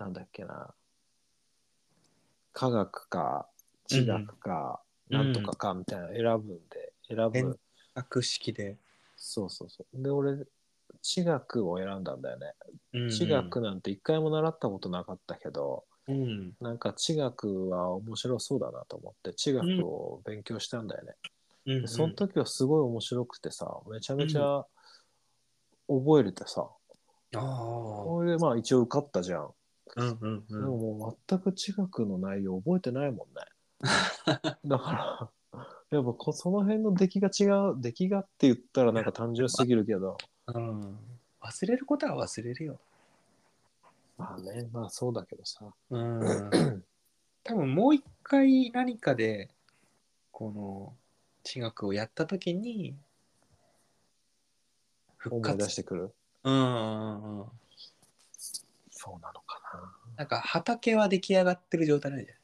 なんだっけな科学か地学か、
うん
なんとかかみたいなの選ぶんで選ぶ、
うん格式で。
そうそうそうで俺地学を選んだんだよね、
うん
地学なんて一回も習ったことなかったけど、
うん。
なんか地学は面白そうだなと思って地学を勉強したんだよね、
うん。
その時はすごい面白くてさ、めちゃめちゃ覚えれてさ、
ああ。
これでまあ一応受かったじゃん。
うんうんう
でも
ん。
もう全く地学の内容覚えてないもん ね。だから、やっぱこその辺の出来が違う、出来がって言ったらなんか単純すぎるけど、
うん、忘れることは忘れる よ。
まあね、まあそうだけどさ。
うん。多分もう一回何かで、この、地学をやった時に、復
思い出
活
してくる。
うんうんうん。
そうなのかな。
なんか畑は出来上がってる状態なんじゃない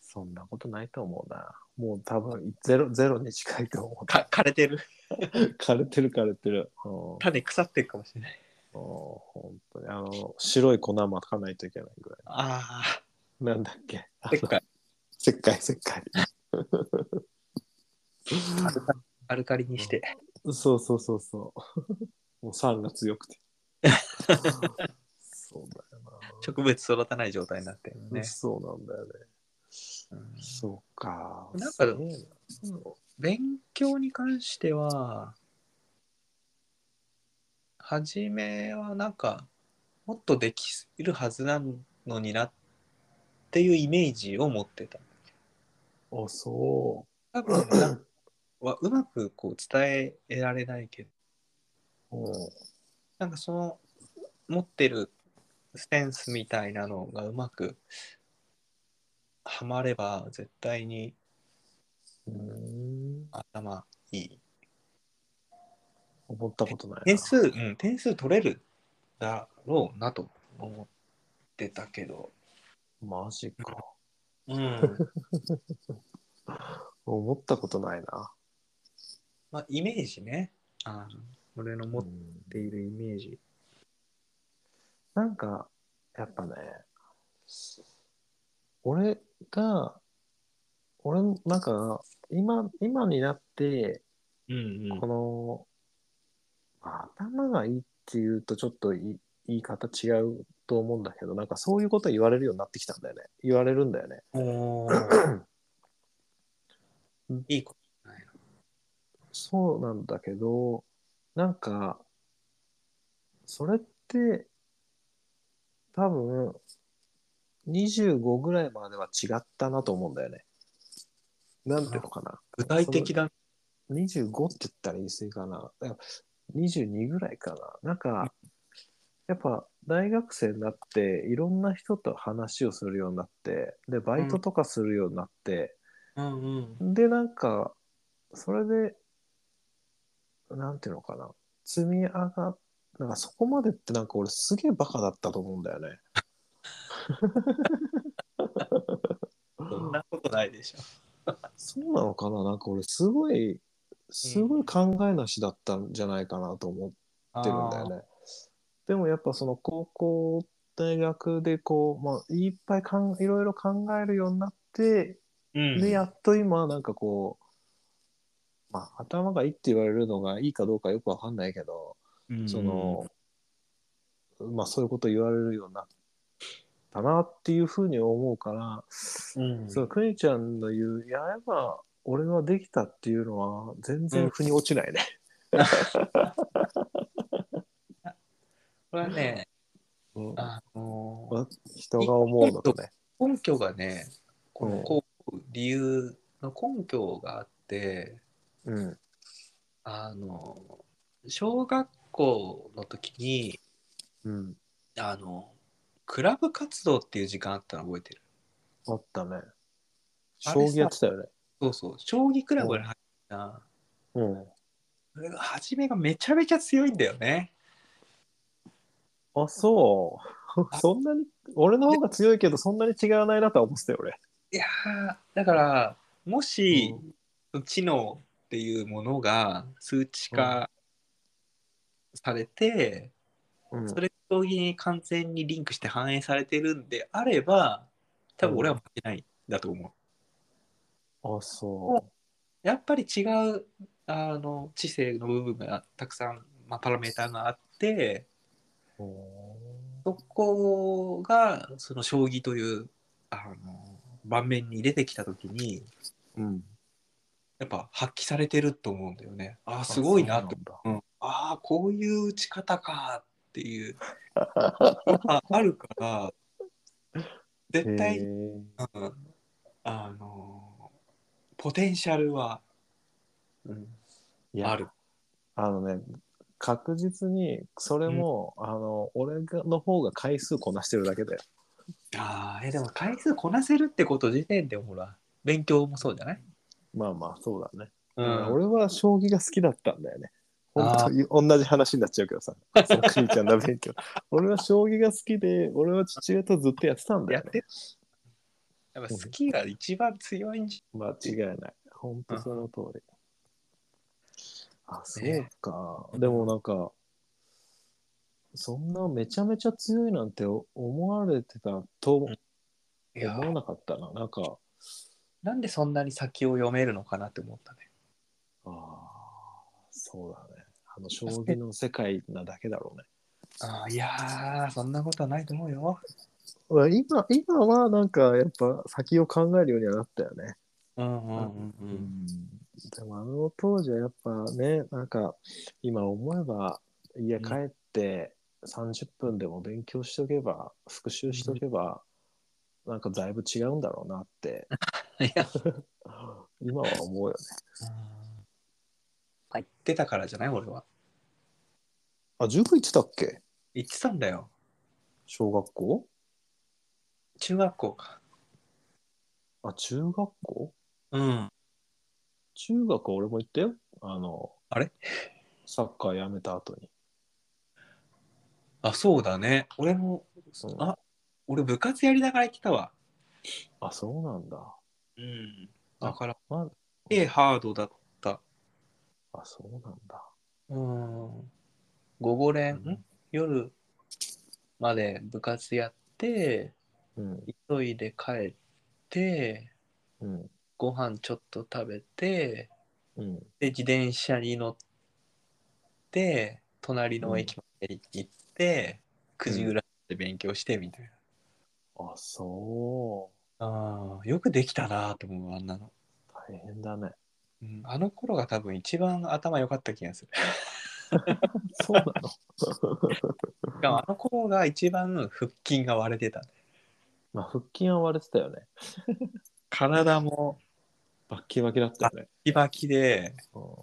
そんなことないと思うな。もう多分ゼロ、ゼロに近いと思
か枯れてる。
う。 枯れてる枯れてる。うん
種腐ってるかもしれない。
もう本当にあの白い粉まかないといけないぐら
あ
いなんだっけ
あ。でっかい。
石灰石 灰
アルカアルカリにして。
そうそうそうそうもう酸が強くて そうだよ
植物育たない状態になってる
な、
ね。
そうなんだよね
うん
そうか
なんか
すげえな
勉強に関しては初めはなんかもっとできるはずなのになっていうイメージを持ってた
あそ
多分なんかはうまくこう伝えられないけど
う、うん、
なんかその持ってるステンスみたいなのがうまくはまれば絶対に
うん
頭いい
思ったことない
点
な
数、うん、点数取れるだろうなと思ってたけど、
マジか
うん、
思ったことないな、
まあイメージねあの俺の持っ
うん
ているイメージ、
なんか、やっぱね、俺が、俺の、なんか、今、今になって、
うん
この、まあ頭がいいっていうと、ちょっといい言い方違うと思うんだけど、なんかそういうこと言われるようになってきたんだよね。言われるんだよね。
おー いいこ
そうなんだけど、なんか、それって、多分、25ぐらいまでは違ったなと思うんだよね。なんていうのかな。
具体的だ
25って言ったら言い過ぎかな。いや22ぐらいかな。なんか、やっぱ大学生になって、いろんな人と話をするようになって、で、バイトとかするようになって、
うんうん
で、なんか、それで、なんていうのかな、積み上がっ、なんかそこまでってなんか俺すげえバカだったと思うんだよね。
そんなことないでしょ。
そうなのかななんか俺すごいすごい考えなしだったんじゃないかなと思ってるんだよね。でもやっぱその高校大学でこう、まあ、いっぱいかんいろいろ考えるようになって、
あー。うん。
でやっと今なんかこう、まあ、頭がいいって言われるのがいいかどうかよくわかんないけど、
うん
その、まあ、そういうこと言われるようになったなっていうふうに思うから。
うん、
そう、くにちゃんの言う、やれば俺はできたっていうのは、全然腑に落ちないね。
これはね、
うん
あのー
まあ人が思うのとね。
根拠がね、こ
うん
のこう理由の根拠があって、
うん。
あのー小学校の時に、
うん。
あのクラブ活動っていう時間あったの覚えてる
あったね。
さ
将棋やってたよね。
そうそう、将棋クラブに入った。
う
それが初めがめちゃめちゃ強いんだよね。
ん。あ、そう。そんなに、俺の方が強いけど、そんなに違わないなとは思ってたよ、俺。
いやーだからもし、知能っていうものが数値化されて、
うん。
それと将棋に完全にリンクして反映されてるんであれば多分俺は負けないんだと思う。
あ、そ
やっぱり違うあの知性の部分がたくさん、まあ、パラメーターがあって
う。
そこがその将棋というあの盤面に出てきた時に
うん。
やっぱ発揮されてると思うんだよね。ああすごいな
あそ
と
うなんだ
ああこういう打ち方かっていうああるから絶対、
へー
うんあのポテンシャルは、
いや
ある。
あのね、確実に、それも、あの、俺がの方が回数こなしてるだけだよ。
あーえでも回数こなせるってこと時点でほら勉強もそうじゃない、
まあまあ、そうだね。
う
俺は将棋が好きだったんだよね。本当に同じ話になっちゃうけど さ、そのクニちゃんの勉強。俺は将棋が好きで、俺は父親とずっとやってたんだ
や
よ
っ
ね。
てやっぱ好きが一番強いんじ
間違いない。本当その通り。あ、そう
ね
か。
うん
でもなんか、そんなめちゃめちゃ強いなんて思われてたと
ゃいや
思わなかったな。なんか、
なんでそんなに先を読めるのかなって思ったね
ああ、そうだね。あの将棋の世界なだけだろうね。
あーいやーそんなことはないと思うよ
まあ今今はなんかやっぱ先を考えるようにはなったよね。
うんうんうんうん
でもあの当時はやっぱねなんか今思えば家帰って30分でも勉強しとけば復習しとけばなんかだいぶ違うんだろうなって
いや
今は思うよね。
入ってたからじゃない俺は。
あ塾行ってたっけ
行ってたんだよ。
小学校
中学校か。
あ中学校
うん。
中学は俺も行ったよ。あの
あれ
サッカーやめた後に。
あ、そうだね。俺も、
うん
あ、俺部活やりながら行ってたわ。
あそうなんだ。
うん。だから、
ま
え、ハードだった。
あそうなんだ。
うん。午後練、ん夜まで部活やって、
うん
急いで帰って、
うん
ご飯ちょっと食べて、
うん
で、自転車に乗って、隣の駅まで行って、
ん
9時ぐらいで勉強してみたい
あそう。
な。ああ、よくできたなと思う、あんなの。
大変だね。
うん、あの頃が多分一番頭良かった気がする。
そうなの。
しかもあの頃が一番腹筋が割れてた。
まあ腹筋は割れてたよね。
体も
バッキバキだったよね。
バキバキで、
うん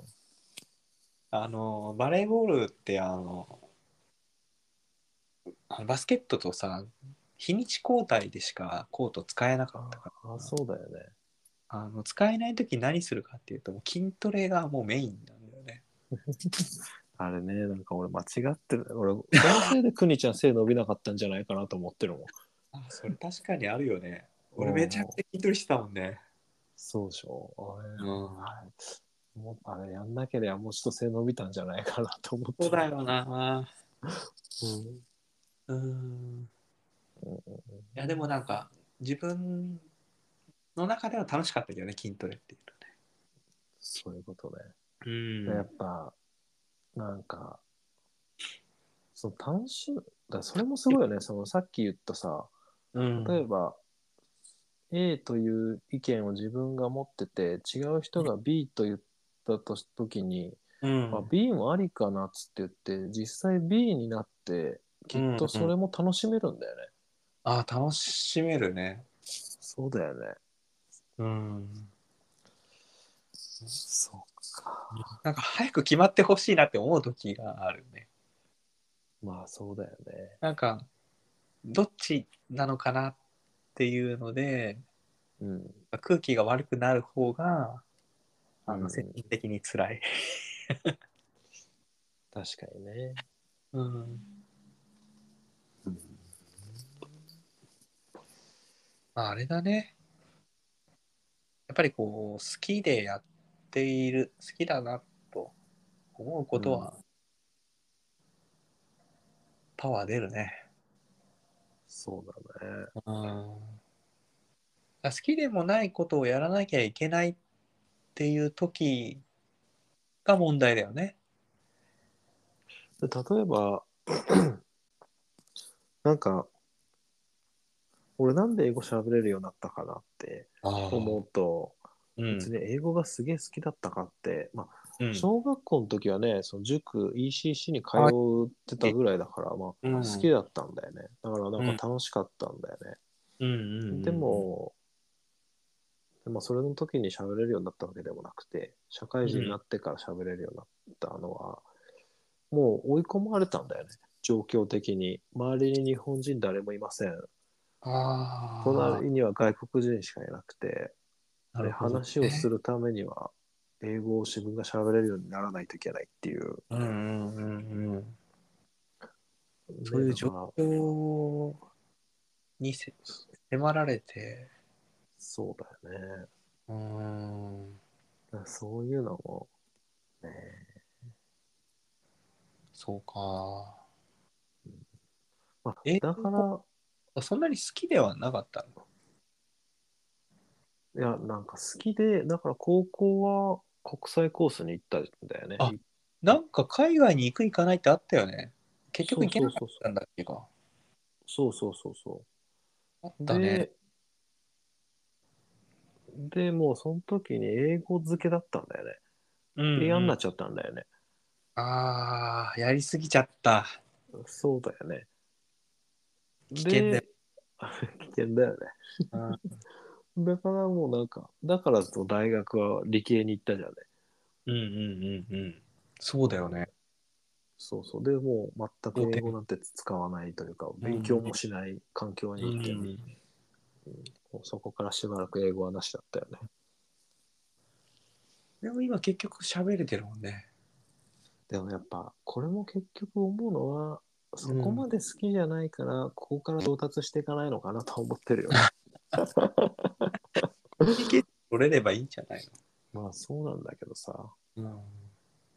あの、バレーボールってあの、あのバスケットとさ、日にち交代でしかコート使えなかったから。
あそうだよね。
あの使えない時何するかっていうともう筋トレがもうメインなんだよね。
あれね、なんか俺間違ってる。俺、先生でくにちゃん背伸びなかったんじゃないかなと思ってるもん。
あ、それ確かにあるよね。
う
俺
ん
めちゃくちゃ筋トレしてたもんね。
そうでしょあれ、
うん
はいもうあれやんなければもうちょっと背伸びたんじゃないかなと思って。
そうだよな。
うんう
うん。
んうん
いや、でもなんか、自分の中では楽しかったけどね、筋トレっていう
そういうことね。
のね。
やっぱなんかその楽しむだそれもすごいよねそのさっき言ったさ
うん。
例えば、A という意見を自分が持ってて違う人が B と言ったとし時に、
うん。
あ B もありかなっつって言って実際 B になってきっとそれも楽しめるんだよね。
あ、楽しめるね。
そうだよね。
うん。
そうか。
なんか早く決まってほしいなって思う時があるね。
まあそうだよね。
なんか、どっちなのかなっていうので、
うん。
空気が悪くなる方が、あ
うん
の、精神的に辛い。
確かにね。
うん。
うん
まあ、あれだね。やっぱりこう、好きでやっている、好きだなと思うことは、パワー出るね。
そうだね。
うん。好きでもないことをやらなきゃいけないっていう時が問題だよね。
で例えば なんか俺なんで英語喋れるようになったかなって思うと、
うん
別に英語がすげえ好きだったかって、ま
う
あ、
ん
小学校の時はねその塾 ECC に通ってたぐらいだから、ま
うん
あ、好きだったんだよねだからなんか楽しかったんだよね、
うんうんうん
でも、でもそれの時に喋れるようになったわけでもなくて、社会人になってから喋れるようになったのは、もう追い込まれたんだよね、状況的に。周りに日本人誰もいません。
ああ
隣には外国人しかいなくて、
な
で
るほどね
話をするためには、英語を自分が喋れるようにならないといけないっていう。
うんうんうんうんそうい
ね
う状況にせ迫られて
そうだよね。
うーん
だからそういうのも、ね、
そうか
まあ
英語
だから、
そんなに好きではなかったの
いや、なんか好きで、だから高校は国際コースに行ったんだよね。
あなんか海外に行く行かないってあったよね結局行けなか
そう
っ
そうそう
たんだっけか
そうそうそうそ
あっ
う。
たね
で、でもうその時に英語漬けだったんだよね。
うん
嫌になっ
あ
ちゃったんだよね。
あーやりすぎちゃった
そうだよね。
危険だよ
で 危険だよね。
うん
だからもうなんか、だからと大学は理系に行ったじゃんね。
うんうんうんうんそうだよね
そうそう。でもう全く英語なんて使わないというか、
ん
勉強もしない環境に行って、
うん
もうそこからしばらく英語はなしだったよね。
でも今結局喋れてるもんね
でもやっぱこれも結局思うのはそこまで好きじゃないから、ここから到達していかないのかなと思ってるよ。
取れればいいんじゃない
まあそうなんだけどさ、
の、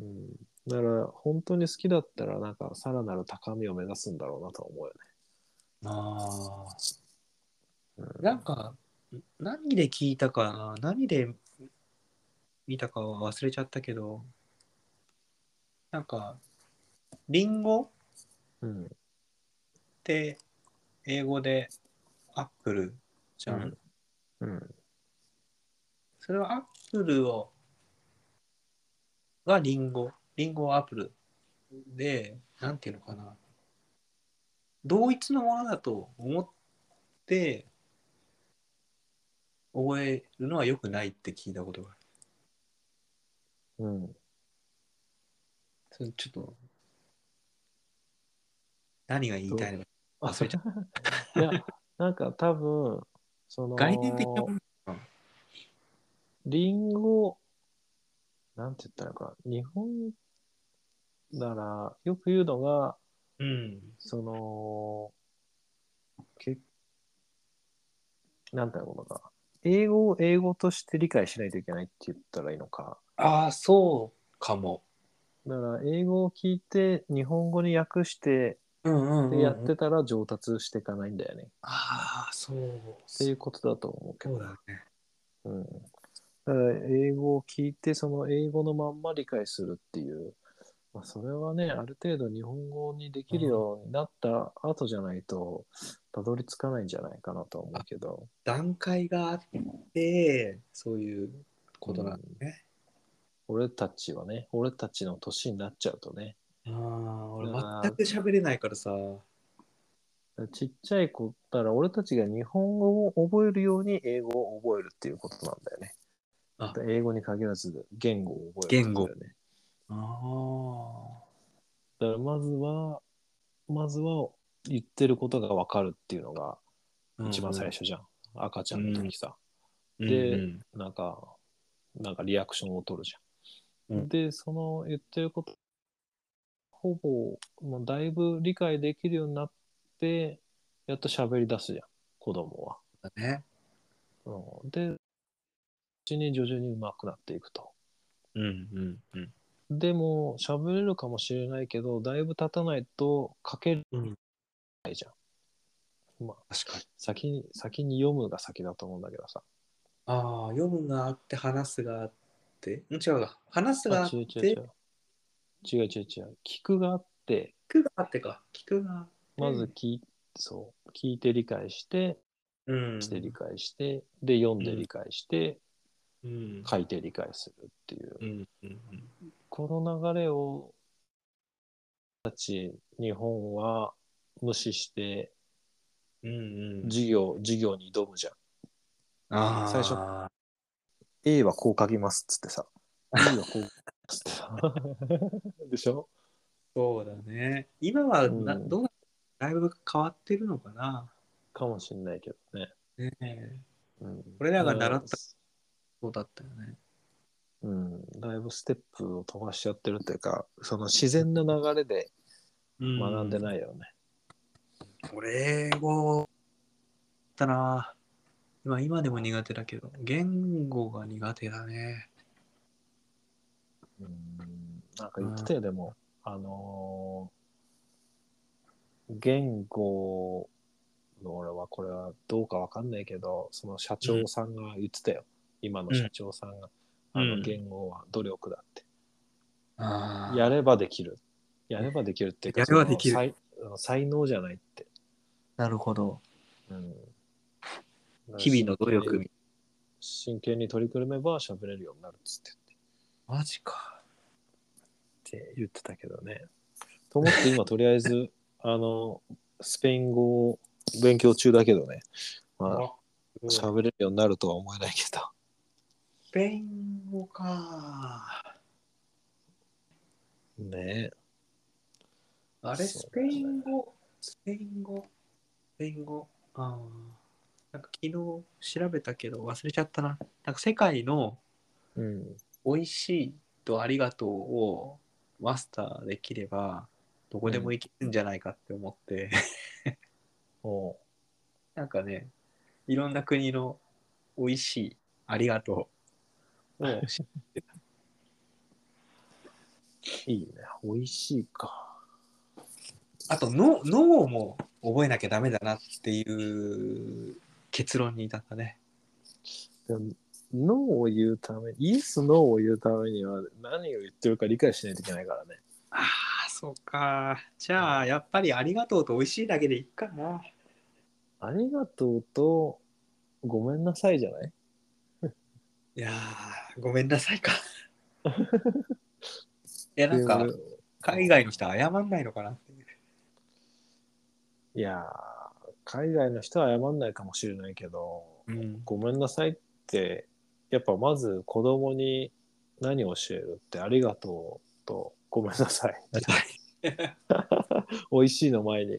うん、だから本当に好きだったらなんかさらなる高みを目指すんだろうなとは思うよ
あ
ね。う
あなんか何で聞いたかな何で見たかは忘れちゃったけどなんかリンゴ
うん
って英語でアップルじゃん、
うんうん
それはアップルをがリンゴリンゴはアップルでなんていうのかな同一のものだと思って覚えるのは良くないって聞いたことがある
うん
それちょっと何が言いたいのか
あ
忘
そ
れ
れ
ちゃっ
いやなんか多分その
た概念的なもの
リンゴ、なんて言ったらいいのか、日本ならよく言うのが、
うん
その結なんていうのかな。英語を英語として理解しないといけないって言ったらいいのか。
ああ、そうかも。
だから、英語を聞いて、日本語に訳して、
うんうん
でやってたら上達していかないんだよね。
ああ、そう。
っていうことだと思うけ
そ
ど
う。だね。
うん。だから英語を聞いて、その英語のまんま理解するっていう。まあ、それはね、ある程度日本語にできるようになった後じゃないと、たどり着かないんじゃないかなとは思うけど。
段階があって、そういうことなんだね。
俺たちはね、俺たちの年になっちゃうとね、
ああ、俺
あー
全く喋れないからさ。
ちっちゃい子だから俺たちが日本語を覚えるように英語を覚えるっていうことなんだよね。
あ
英語に限らず言語を覚えるってことだよね。
あ
だ
あ。
からまずは、まずは言ってることがわかるっていうのが一番最初じゃん。赤ちゃんの時さ、
うん
で
うん
なんか、なんかリアクションを取るじゃん。
うん
で、その言ってること、ほぼ、もうだいぶ理解できるようになって、やっと喋り出すじゃん、子供は。
だね。
うん、で、うちに徐々に上手くなっていくと。
うんうんうん。
でも、喋れるかもしれないけど、だいぶ経たないと書けない
うん
じゃん。まあ、
確かに。
先に、先に読むが先だと思うんだけどさ。
ああ、読むがあって、話すがあって。ん違うわ。話すがあ
あ
っ
違う
て、
違う違う。違
聞
う違う違う。聞くがあって、
くがあってか。聞くがあって。
まず聞い,、そう聞いて理解して、
うん、
して理解して、で、読んで理解して、
うん。
書いて理解するっていう。
うんうんうん
この流れを、たち、日本は無視して、
うんうん。
授業、授業に挑むじゃん。
ああ。
最初 A はこう書きますっつって さ。B はこう書きますってさ。でしょ
そうだね。今はな、
うん
どうなだいぶ変わってるのかな。
かもしんないけどね。
ね
うん、
俺らが習ったそうだったよね。
うん、だいぶステップを飛ばしちゃってるというか、その自然な流れで学んで
い。
ないよね。
俺、英語だな。まあ今でも苦手だけど、言語が苦手だね。
うんなんか言ってたよ、でも、あのー言語の俺はこれはどうかわかんないけど、その社長さんが言ってたよ、今の社長さんが、
うん
あ
う
の
ん
言語は努力だって、
ああ。
やればできる。やればできるっていうか、
やればでき
そ
る
の才あの才能じゃないって。
なるほど。
うん、
日々の努力み。
真剣に取り組めば喋れるようになるっつって
マジか。
って言ってたけどね。と思って今とりあえず あのスペイン語を勉強中だけどね。まあ
うんス
喋れるようになるとは思えないけど。
ペイン語か。
ね
あれ、スペイン語、スペイン語、スペイン語。ああ。なんか昨日調べたけど忘れちゃったな。なんか世界の
え。うん。
美味しいとありがとうをマスターできればどこでも行けるんじゃないかって思って、
おう
なんかねいろんな国の美味しいありがと うをし
いいね。美味しいか。
あとの脳も覚えなきゃダメだなっていう結論に至ったね
でもノーを言うためイエスノーを言うためには何を言ってるか理解しないといけないからね。
ああそうかじゃあやっぱりありがとうと美味しいだけでいいかな
ありがとうとごめんなさいじゃない
いやーごめんなさい かいやなんか
っていう
海外の人は謝んないのかなっていう
いやー海外の人は謝んないかもしれないけど、
うん
ごめんなさいって、やっぱまず子供に何を教えるって、ありがとうと、ごめんなさい。 美味しいの前に。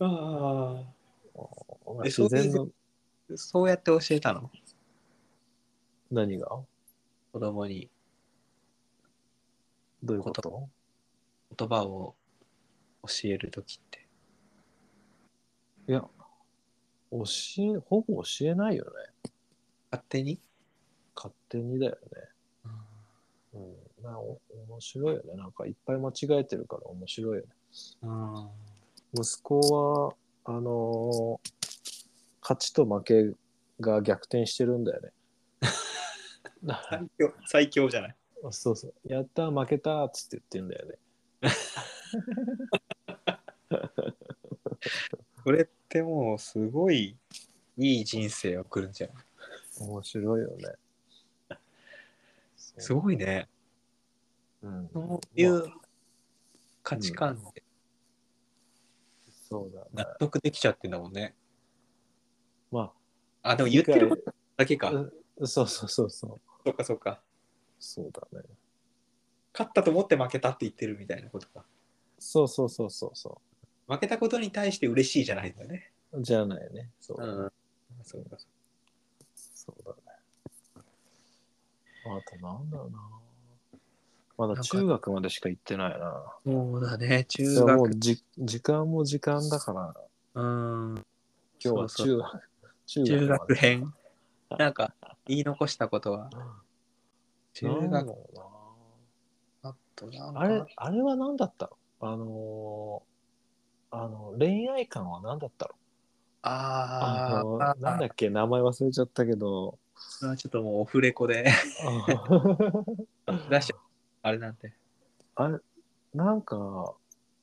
あ
まあ自然の
あ、そうやって教えたの
何が
子供に
どういうこと
言葉を教えるときって。
いや、教え、ほぼ教えないよね。
勝手に、
勝手にだよね。うん。まあ、お面白いよね。なんかいっぱい間違えてるから面白いよね。
あ
息子は、あのー勝ちと負けが逆転してるんだよね。
最強最強じゃない
そうそう。やった、負けたっつって言ってんだよね。
これってもうすごいいい人生を送るんじゃない
面白いよね。
す
い。
ごいね
うん、
そういう価値観で
そうだね
納。得できちゃってんだもんね。
ま
あ、で
あ、
も言ってるこ
理
とだけか。
解うんそうそうそうそう。
そうかそうか。
そうだね。
勝ったと思って負けたって言ってるみたいなことか。
そうそうそうそうそ
負けたことに対して嬉しいじゃないんだね。
う。じゃないね。そう,、
ん。そうかそう
そうだね。あとなんだろうな。まだ
か
中学までしか行ってないな。
か。そうだね、中
いやもうじ時間も時間だから、
うん。
今日は
そうそ
中学。
中
ま
学
で
編。なんか、言い残したことは。中
なんだ
学、
ろうな。
あとなんか
あれ、あれは何だったのあのーあの、恋愛観は何だったのあ
あ
の
ーあ、
なんだっけ、名前忘れちゃったけ ど。
それはちょっともうオフレ コで
あー
出しちゃうあれなんて。
あれ、なんか、
多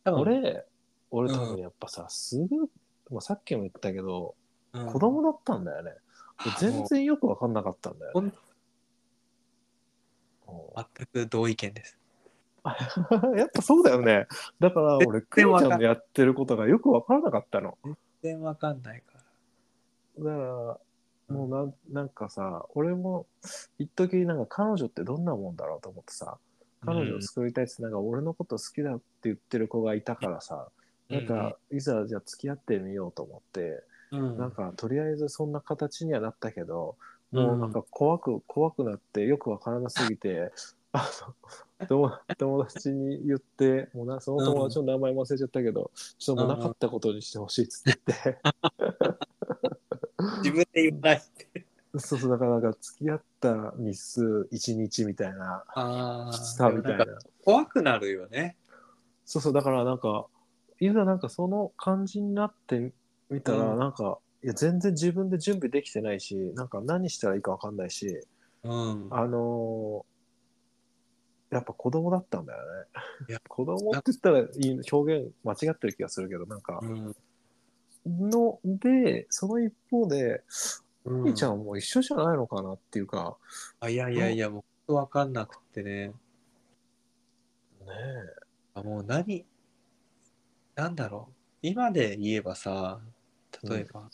分、
俺、俺多
うん
分やっぱさ、すぐ、まあ、さっきも言ったけど、
うん
子供だったんだよね。全然よくわかんなかったんだよ、ね。う
全く同意見です。
ん やっぱそうだよね。だから俺、クリ
全然わ
ち
かん
ゃんのやってることがよくわからなかったの。
全然わかんないから。
だからもうなんなんかさ俺も一時なんか彼女ってどんなもんだろうと思ってさ彼女を作りたいっつってなんか俺のこと好きだって言ってる子がいたからさ、なんかいざじゃあ付き合ってみようと思って、
うん、
なんかとりあえずそんな形にはなったけど、
うん
もうなんか怖く怖くなってよくわからなすぎて。あの友友達に言ってもうなその友達の名前も忘れちゃったけど、ちょっともうなかったことにしてほしいっつって言って、
自分で言わない って。
そうそう、だからなんか付き合った日数1日みたいな、
あ
したみたいな。
怖くなるよね。
そうそう、だからなんか、いざなんかその感じになってみたら、
うん
なんか、いや全然自分で準備できてないし、なんか何したらいいか分かんないし、
うん。
あのーやっぱ子供だったんだよ
い
ね
や。
子供って言ったらいい表現間違ってる気がするけど、なんか、ので、その一方で、
う
みーちゃんはもう一緒じゃないのかなっていうか、
あいやいやいや、もうわかんなくってね。
ねえ
あもう何、なんだろう。今で言えばさ、例えば、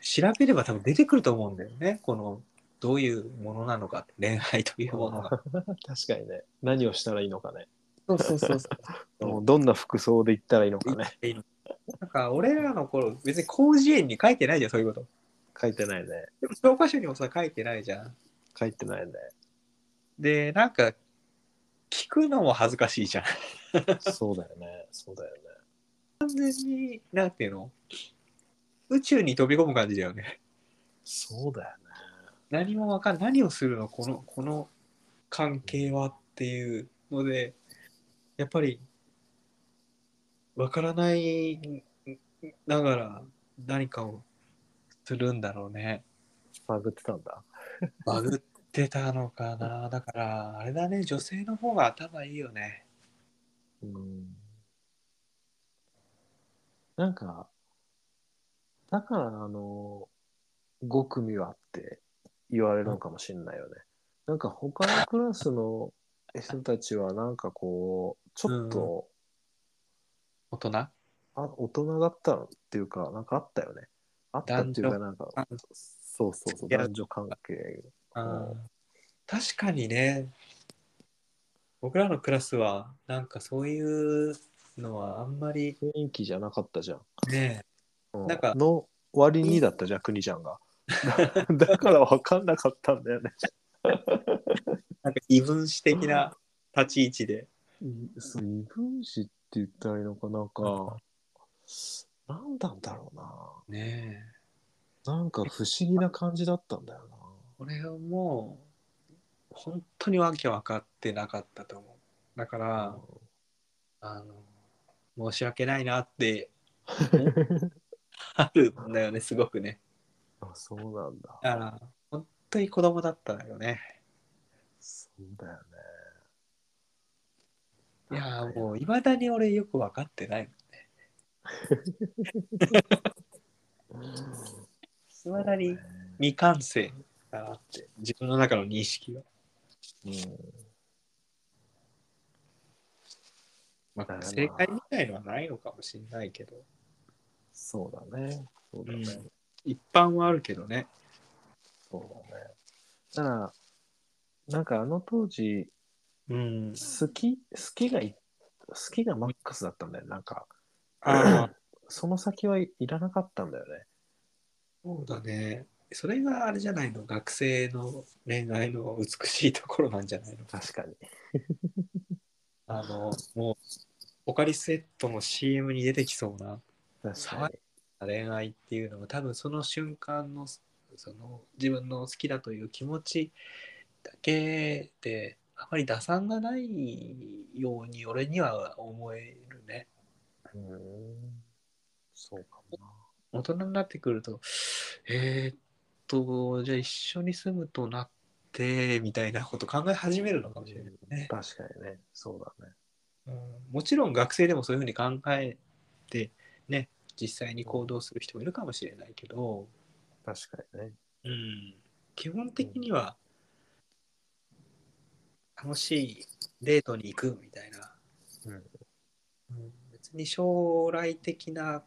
調べれば多分出てくると思うんだよね。この、どういうものなのかって、恋愛というものが。
確かにね、何をしたらいいのかね。
そうそうそうそ
もうどんな服装で行ったらいいのかね。
う。なんか、俺らの頃、別に広辞苑に書いてないじゃん、そういうこと。
書いてないね。
でも教科書にもさ書いてないじゃん。
書いてない ね。
でなんか聞くのも恥ずかしいじゃん。
そうだよね。そうだよね。
完全になんていうの宇宙に飛び込む感じだよね。
そうだよね。
何もわかん何をするのこのこの関係はっていうのでやっぱりわからないながら何かをするんだろうね。
バグってたんだ。
バグってたのかなだからあれだね女性の方が頭いいよね。
うん。なんか、だから、あの、5組はって言われるのかもしれないよね。なんか他のクラスの人たちは、なんかこう、ちょっと、
大人
あ大人だったのっていうか、なんかあったよね。あったっていうか、
男
なんか
あ、
そうそうそう、
いや
男女関係。
あー確かにね僕らのクラスはなんかそういうのはあんまり
雰囲気じゃなかったじゃん。
ね
う
なんか
の割にだったじゃん、国ちゃん が。だだから分かんなかったんだよね。
なんか異分子的な立ち位置で
そう異分子って言ったらいいのかなんか、なんなんだろうな。
ね
なんか不思議な感じだったんだよな。
これはもう本当にわけ分かってなかったと思うだからあの申し訳ないなって あるんだよねすごくね
あ、そうなんだ。
だから本当に子供だったよね
そうだよね。
いや
なん
ー
か
もういまだに俺よく分かってないもんねいまだに未完成だなって自分の中の認識が
うん
ま
だよ
あ、
な
正解みたいのはないのかもしれないけど、
そうだね。そうだね。
うん一般はあるけどね。
そうだね。ただから、なんかあの当時、
うん。
好き、好きがい、好きがマックスだったんだよ。なんか、
ああ、
その先はいいらなかったんだよね。
そうだね。それがあれじゃないの、学生の恋愛の美しいところなんじゃないの。
確かに。
あの、もう、ポカリセットの CM に出てきそうな
確
爽
か
や恋愛っていうのは、多分その瞬間の、その自分の好きだという気持ちだけで、あまり打算がないように俺には思えるね。
に。うん。そうかもな。
大人になってくると、えーっと、じゃあ一緒に住むとなって、みたいなこと考え始めるのかもしれないね。
確かにね。そうだね。
うんもちろん学生でもそういうふうに考えて、ね、実際に行動する人もいるかもしれないけど、
確かにね。
うん、基本的には、楽しいデートに行くみたいな、
うん
うん別に将来的な、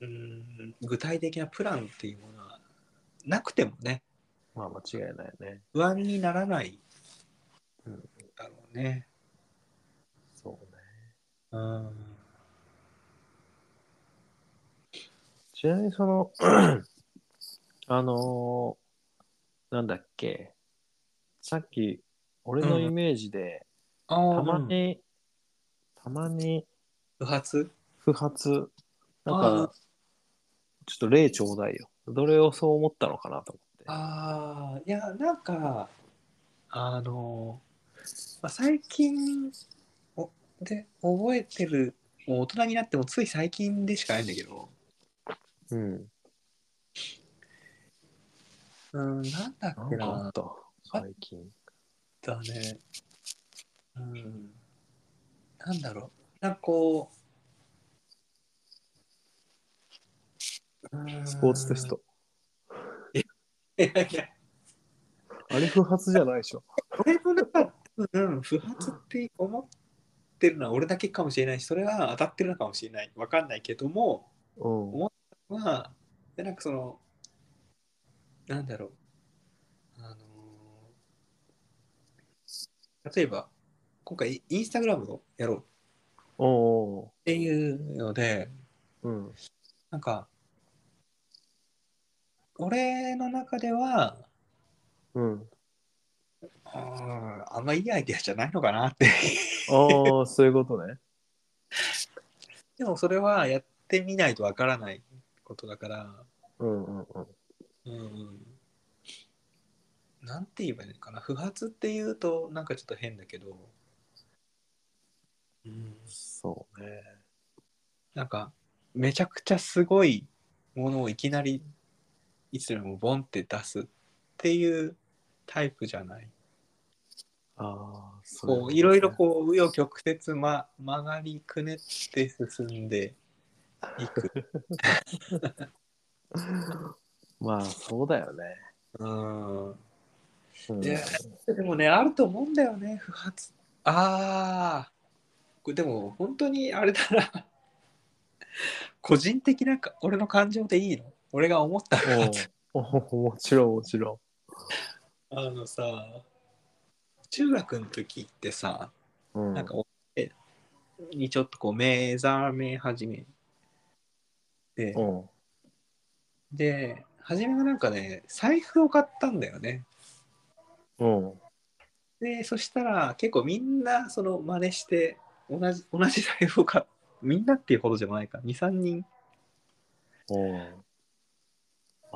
うん、具体的なプランっていうものはなくてもね
まあ間違いないね。
不安にならない
うん
だろうね、
そうね。
うん、
ちなみにその、 あのーなんだっけ、さっき、俺のイメージで、
あ
たま
ー
に、たまに
不発
不発、なん
あー
か、ちょっと例ちょうだいよ。どれをそう思ったのかなと思って。
ああいやなんかあのまあ、最近おで覚えてるもう大人になってもつい最近でしかないんだけど
うん。
うんなんだ
な
っけ
んかあ
な
った、最近。
だねうんなんだろうなんかこううん
スポーツテスト。
いやいや
あれ不発じゃないでしょ。
俺の中で多分不発って思ってるのは俺だけかもしれないしそれは当たってるのかもしれないわかんないけども
うん。
まあでなんかそのなんだろうあのー例えば今回インスタグラムをやろうっ
おう
ていうので
おううん。
なんか俺の中では
うん。
あーあんまいいアイデアじゃないのかなって
ああ、そういうことね。
でもそれはやってみないとわからないことだから、
うんうんうん。
うん、なんて言えばいいのかな不発っていうとなんかちょっと変だけど、うん、
そうね。
なんかめちゃくちゃすごいものをいきなりいつでもボンって出すっていうタイプじゃない。
ああ、そ
こういろいろこう紆余曲折、ま、曲がりくねって進んでい く。
う。まあ、そうだよね。
うん
うん
いやでもね、あると思うんだよね、不発。ああ、これでも本当にあれだな。個人的なか俺の感情でいいの俺が思った不発。
おうおもちろんもちろ
あのさ、中学の時ってさ、
ん。うん、
なんか、俺にちょっとこう目覚め始めて
う、ん、
で、初めがなんかね、財布を買ったんだよね。
うん、
でそしたら結構みんなその真似して同じ同じ財布を買っみんなっていうほどじゃないか23人
う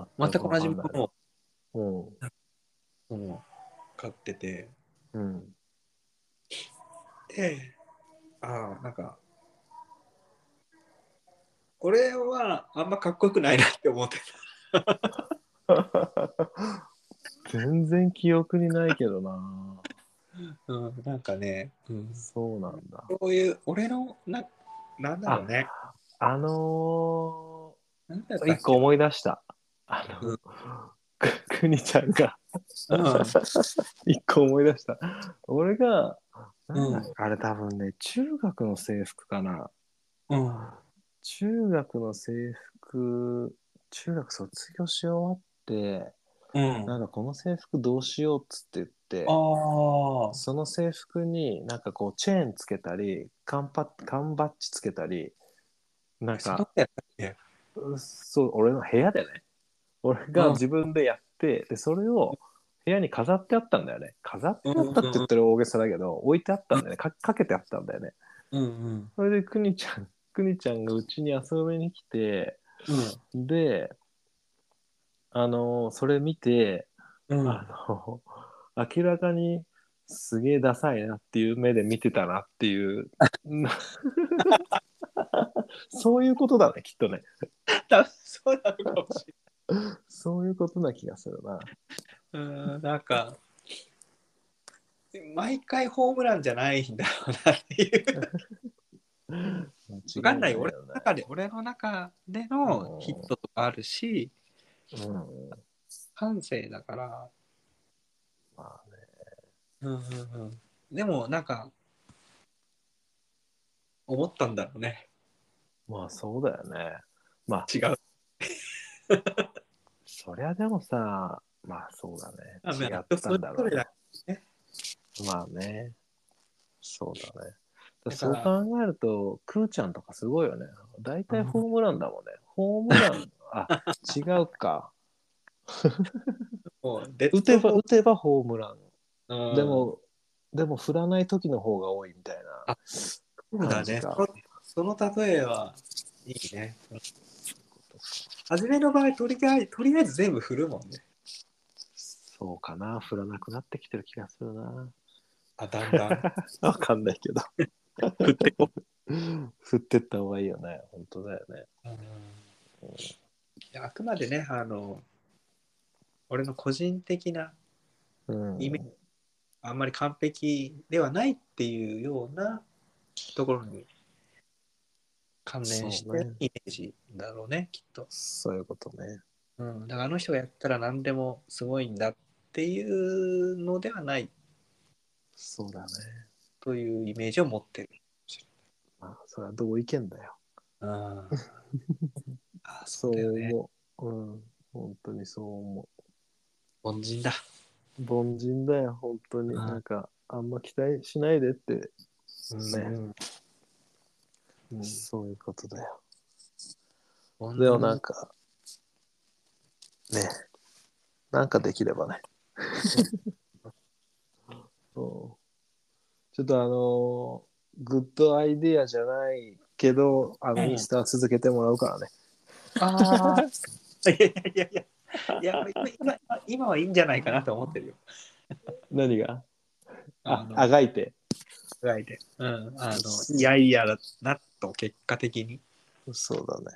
ん、
全く同じものを
の。
うん買ってて、
うん。うん。
で、ああ、なんか、これはあんまかっこよくないなって思って
全然記憶にないけどな。
た。うん、なんかね、うん、
そうなんだ。
そういう、俺の、な、なんだろうね。
あの
なんだったっけ
ー、一個思い出した。あ
う
の
ん、
くくにちゃんが
うん、
一個思い出した。俺が、
うん
なんだあれ多分ね、中学の制服かな。
うん、
中学の制服、中学卒業し終わって、
うん。
なんかこの制服どうしようっつって言って、
ああ、
その制服になんかこうチェーンつけたり缶パ缶バッジつけたりなん
そんな
か
ことやっ
うそう俺の部屋でね俺が
うん
自分でやって、でそれを部屋に飾ってあったんだよね飾ってあったって言ったら大げさだけど、置いてあったんだよねかかけてあったんだよね
たうんうん。
それでくにちゃんくにちゃんがうちに遊びに来てであのそれ見て
うん。うん。
あの、明らかにすげえダサいなっていう目で見てたなっていう、 なそういうことだね、きっとね。
だそうなのかもし
そういうことな気がするな。
れない。うん、なんか、毎回ホームランじゃないんだろうなっていう。 わかんないよ俺の中で、俺の中でのヒットとかあるし、
間違いないよね。うん。
感性だから。
まあね。
うんうんうん。でも、なんか、思ったんだろうね。
まあそうだよね。まあ、
違う。
そりゃでもさ、まあそうだ
あ
ね。違ったんだろうね。
ね
まあね。そうだね。
だ
そ
か
う
ら
考えると、クーちゃんとかすごいよね。大体ホームランだもんね。ホームラ ン、あ、違うか。
もうデッド
打てば、打てばホームラン。
うん
でも、でも振らない時の方が多いみたいな
あ。そうだね。そ
感
のその例えはいいね。初めの場合とりあえず、とりあえず全部振るもんね。
そうかな。振らなくなってきてる気がするな。
あ、だんだん。
わかんないけど。
振ってこ
振ってった方がいいよね。本当だよね。
うんいやあくまでね、あの、俺の個人的な、
うん。
イメージあんまり完璧ではないっていうようなところに関連し
そう
て
ね
イメージだろうね、きっと。
そういうことね。
うん、だからあの人がやったら何でもすごいんだっていうのではない
そうだね。
というイメージを持ってる。
まあ、それは同意見だよ。
ああ、
そ
そうだよ
う
ね。
思う。うん。本当にそう思
凡人だ。
う。凡人だよ、本当に。
うん
なんか、あんま期待しないでって。ね。
うん
そういうことだよ。
凡人
でもなんか、ね。なんかできればね。 そうちょっとあのーグッドアイディアじゃないけど、あの、
うん
インスタ続けてもらうからね。
ああ。いやいやいやいや。いや今今今はいいんじゃないかなと思ってるよ。
何があ
あ、の
あがいて。
ぐらいで。うん。あの、 いやいやだなと、結果的に。
そうだね。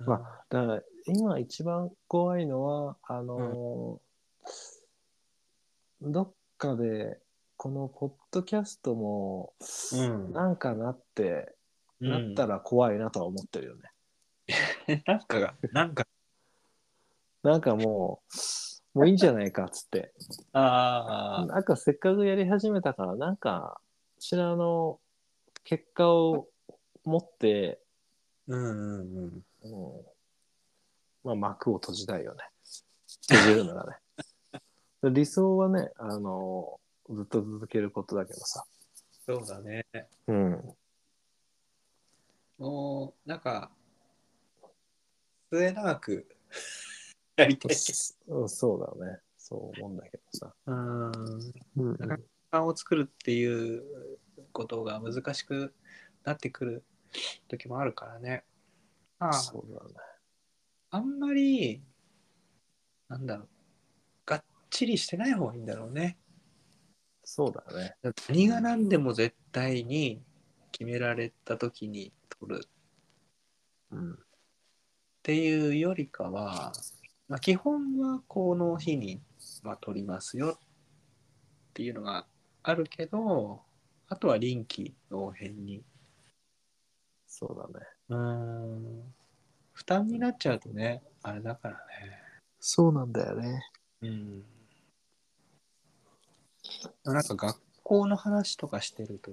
まだから今一番怖いのはあのーどっかでこのポッドキャストも
うん
なんかなって、
うん、
なったら怖いなとは思ってるよね。
なんかが、なんか、
なんかもうもういいんじゃないかっつって
ああ、
なんかせっかくやり始めたからなんかこちらの結果を持って、
うんうんうん。
うんまあ、幕を閉じたいよね。閉じるならね。 で理想はね、あのずっと続けることだけどさ。
そうだね。
うん。
もう、なんか、末永くやりたい。
そそうだね。そう思うんだけどさ。
うん。
うん
ん時間を作るっていうことが難しくなってくる時もあるからね。まあ、
そうだね。
あんまり、なんだろうがっちりしてない方がいいんだろうね
そうだね。
何が何でも絶対に決められた時に取るっ
うん。
ていうよりかは、まあ、基本はこの日に、まあ、取りますよっていうのがあるけどあとは臨機応変に
そうだね。
うーん負担になっちゃうとねあれだからね
そうなんだよね。
うん。なんか学校の話とかしてると、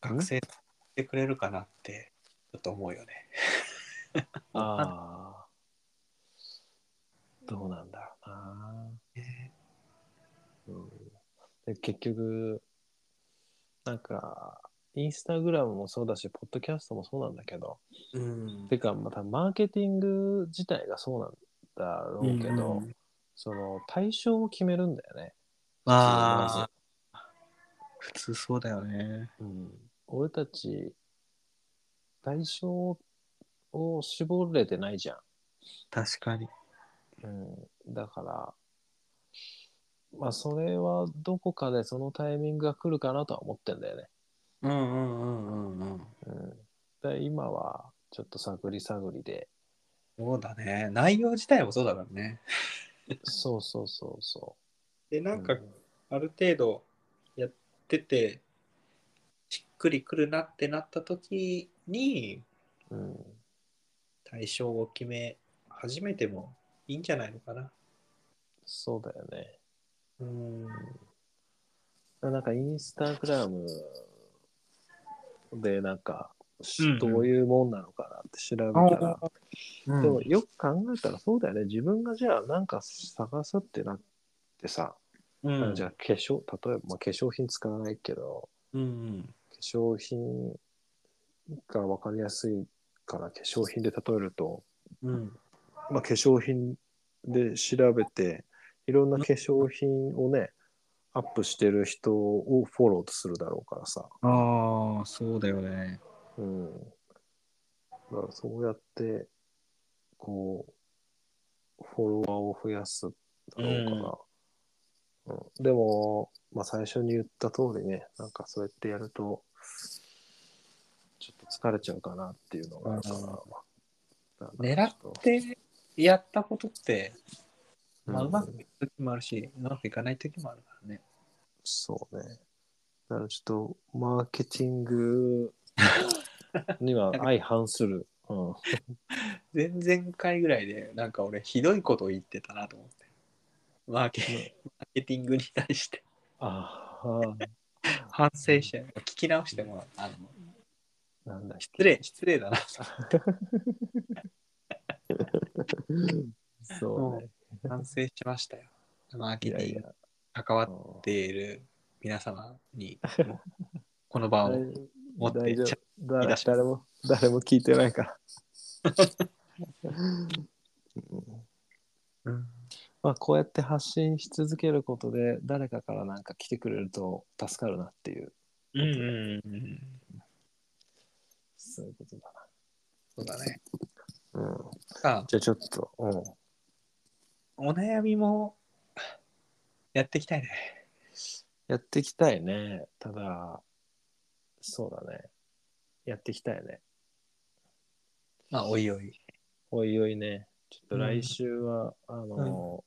学生ってくれるかなって、ちょっと思うよね。
ああ。どうなんだろうな。うん、で結局、なんか、インスタグラムもそうだし、ポッドキャストもそうなんだけど、
うん
てか、またマーケティング自体がそうなんだろうけど、
うん
その対象を決めるんだよね。
まあ、普通そうだよね。
うん、俺たち、対象を絞れてないじゃん。
確かに。
うん、だから、まあ、それはどこかでそのタイミングが来るかなとは思ってんだよね。
うんうんうんうんうん。
うん、で今はちょっと探り探りで、
そうだね。内容自体もそうだからね。
そうそうそうそ
で、
う。
なんか
う、
ある程度やってて、しっくりくるなってなった時に、
うん、
対象を決め始めてもいいんじゃないのかな。
そうだよね。
うん。
なんかインスタグラムでなんかし
うんうん
どういうもんなのかなって調べたら、でもよく考えたらそうだよね自分がじゃあなんか探すってなってさ、
うん、
じゃあ化粧例えば、まあ、化粧品使わないけど
うんうん。
化粧品が分かりやすいから化粧品で例えると、
うん。
まあ、化粧品で調べていろんな化粧品をねアップしてる人をフォローとするだろうからさ、
ああ、そうだよね。
うん。だからそうやって、こう、フォロワーを増やすだろうから、うんでも、まあ、最初に言った通りね、なんかそうやってやると、ちょっと疲れちゃうかなっていうのがあるから、
狙
っ
で、やったことって、まあ、
うん
うまくいく時もあるし、うまくいかない時もあるからね。
そうね。だからちょっと、マーケティン グには相反する。うん、
前々回ぐらいで、なんか俺、ひどいことを言ってたなと思って。マーケマーケティングに対して
ああ、
反省して、聞き直しても、あの
なんだ
失礼、失礼だな
そうね。
反省しましたよ。マー
い
ケ
や
テ
い
ィング
や
に。関わっ
うん
ている皆様に、もうこの場を持って
大丈夫
ちゃ
だ
言い出し
誰も誰も聞いてない から。
うん
まあこうやって発信し続けることで誰かからなんか来てくれると助かるなっていう
うんうんうん。
そういうことだ
そうだね。
な。うん、
さあ、
じゃあちょっと、うん、
お悩みもやっていきたいね。
やっていきたいね。ただそうだね。やっていきたいね。
まあ、おいおい。
おいおいね。ちょっと来週は、あの、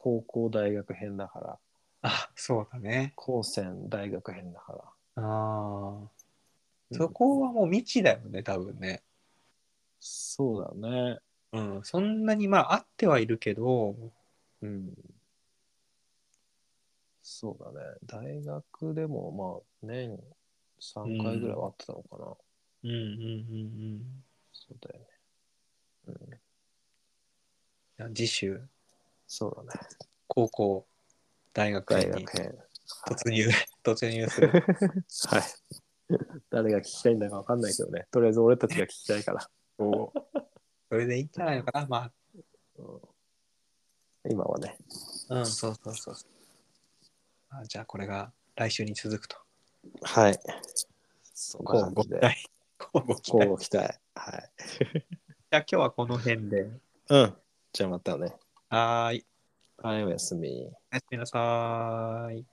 高校大学編だから
あ、そうだね。
高専大学編だから。
ああ。
うん
そこはもう未知だよね、多分ね。
そうだね。
うん。そんなに、まあ、あってはいるけど、
うん。そうだね。大学でも、まあ、年3回ぐらいはあってたのかな。
うんうんうんうん
そうだよね。
じゃあ。次週、
そうだね。
高校、大学
大
院に
学編。
突入、 突入する。
はい。 誰が聞きたいんだかわかんないけどね。とりあえず俺たちが聞きたいから。
おそれでいいんじゃないのかな、ま
うん今はね。
あ。うん、そうそうそう。あじゃあ、これが来週に続くと。
はい。そんな
こう
感
ご
じ
期
で。
待。こうご期
こう
待。
ご期待。はい。
ゃあ今日はこの辺で。
うん。じゃあまたね。
はーい。
はい、おやすみ。
おやすみなさーい。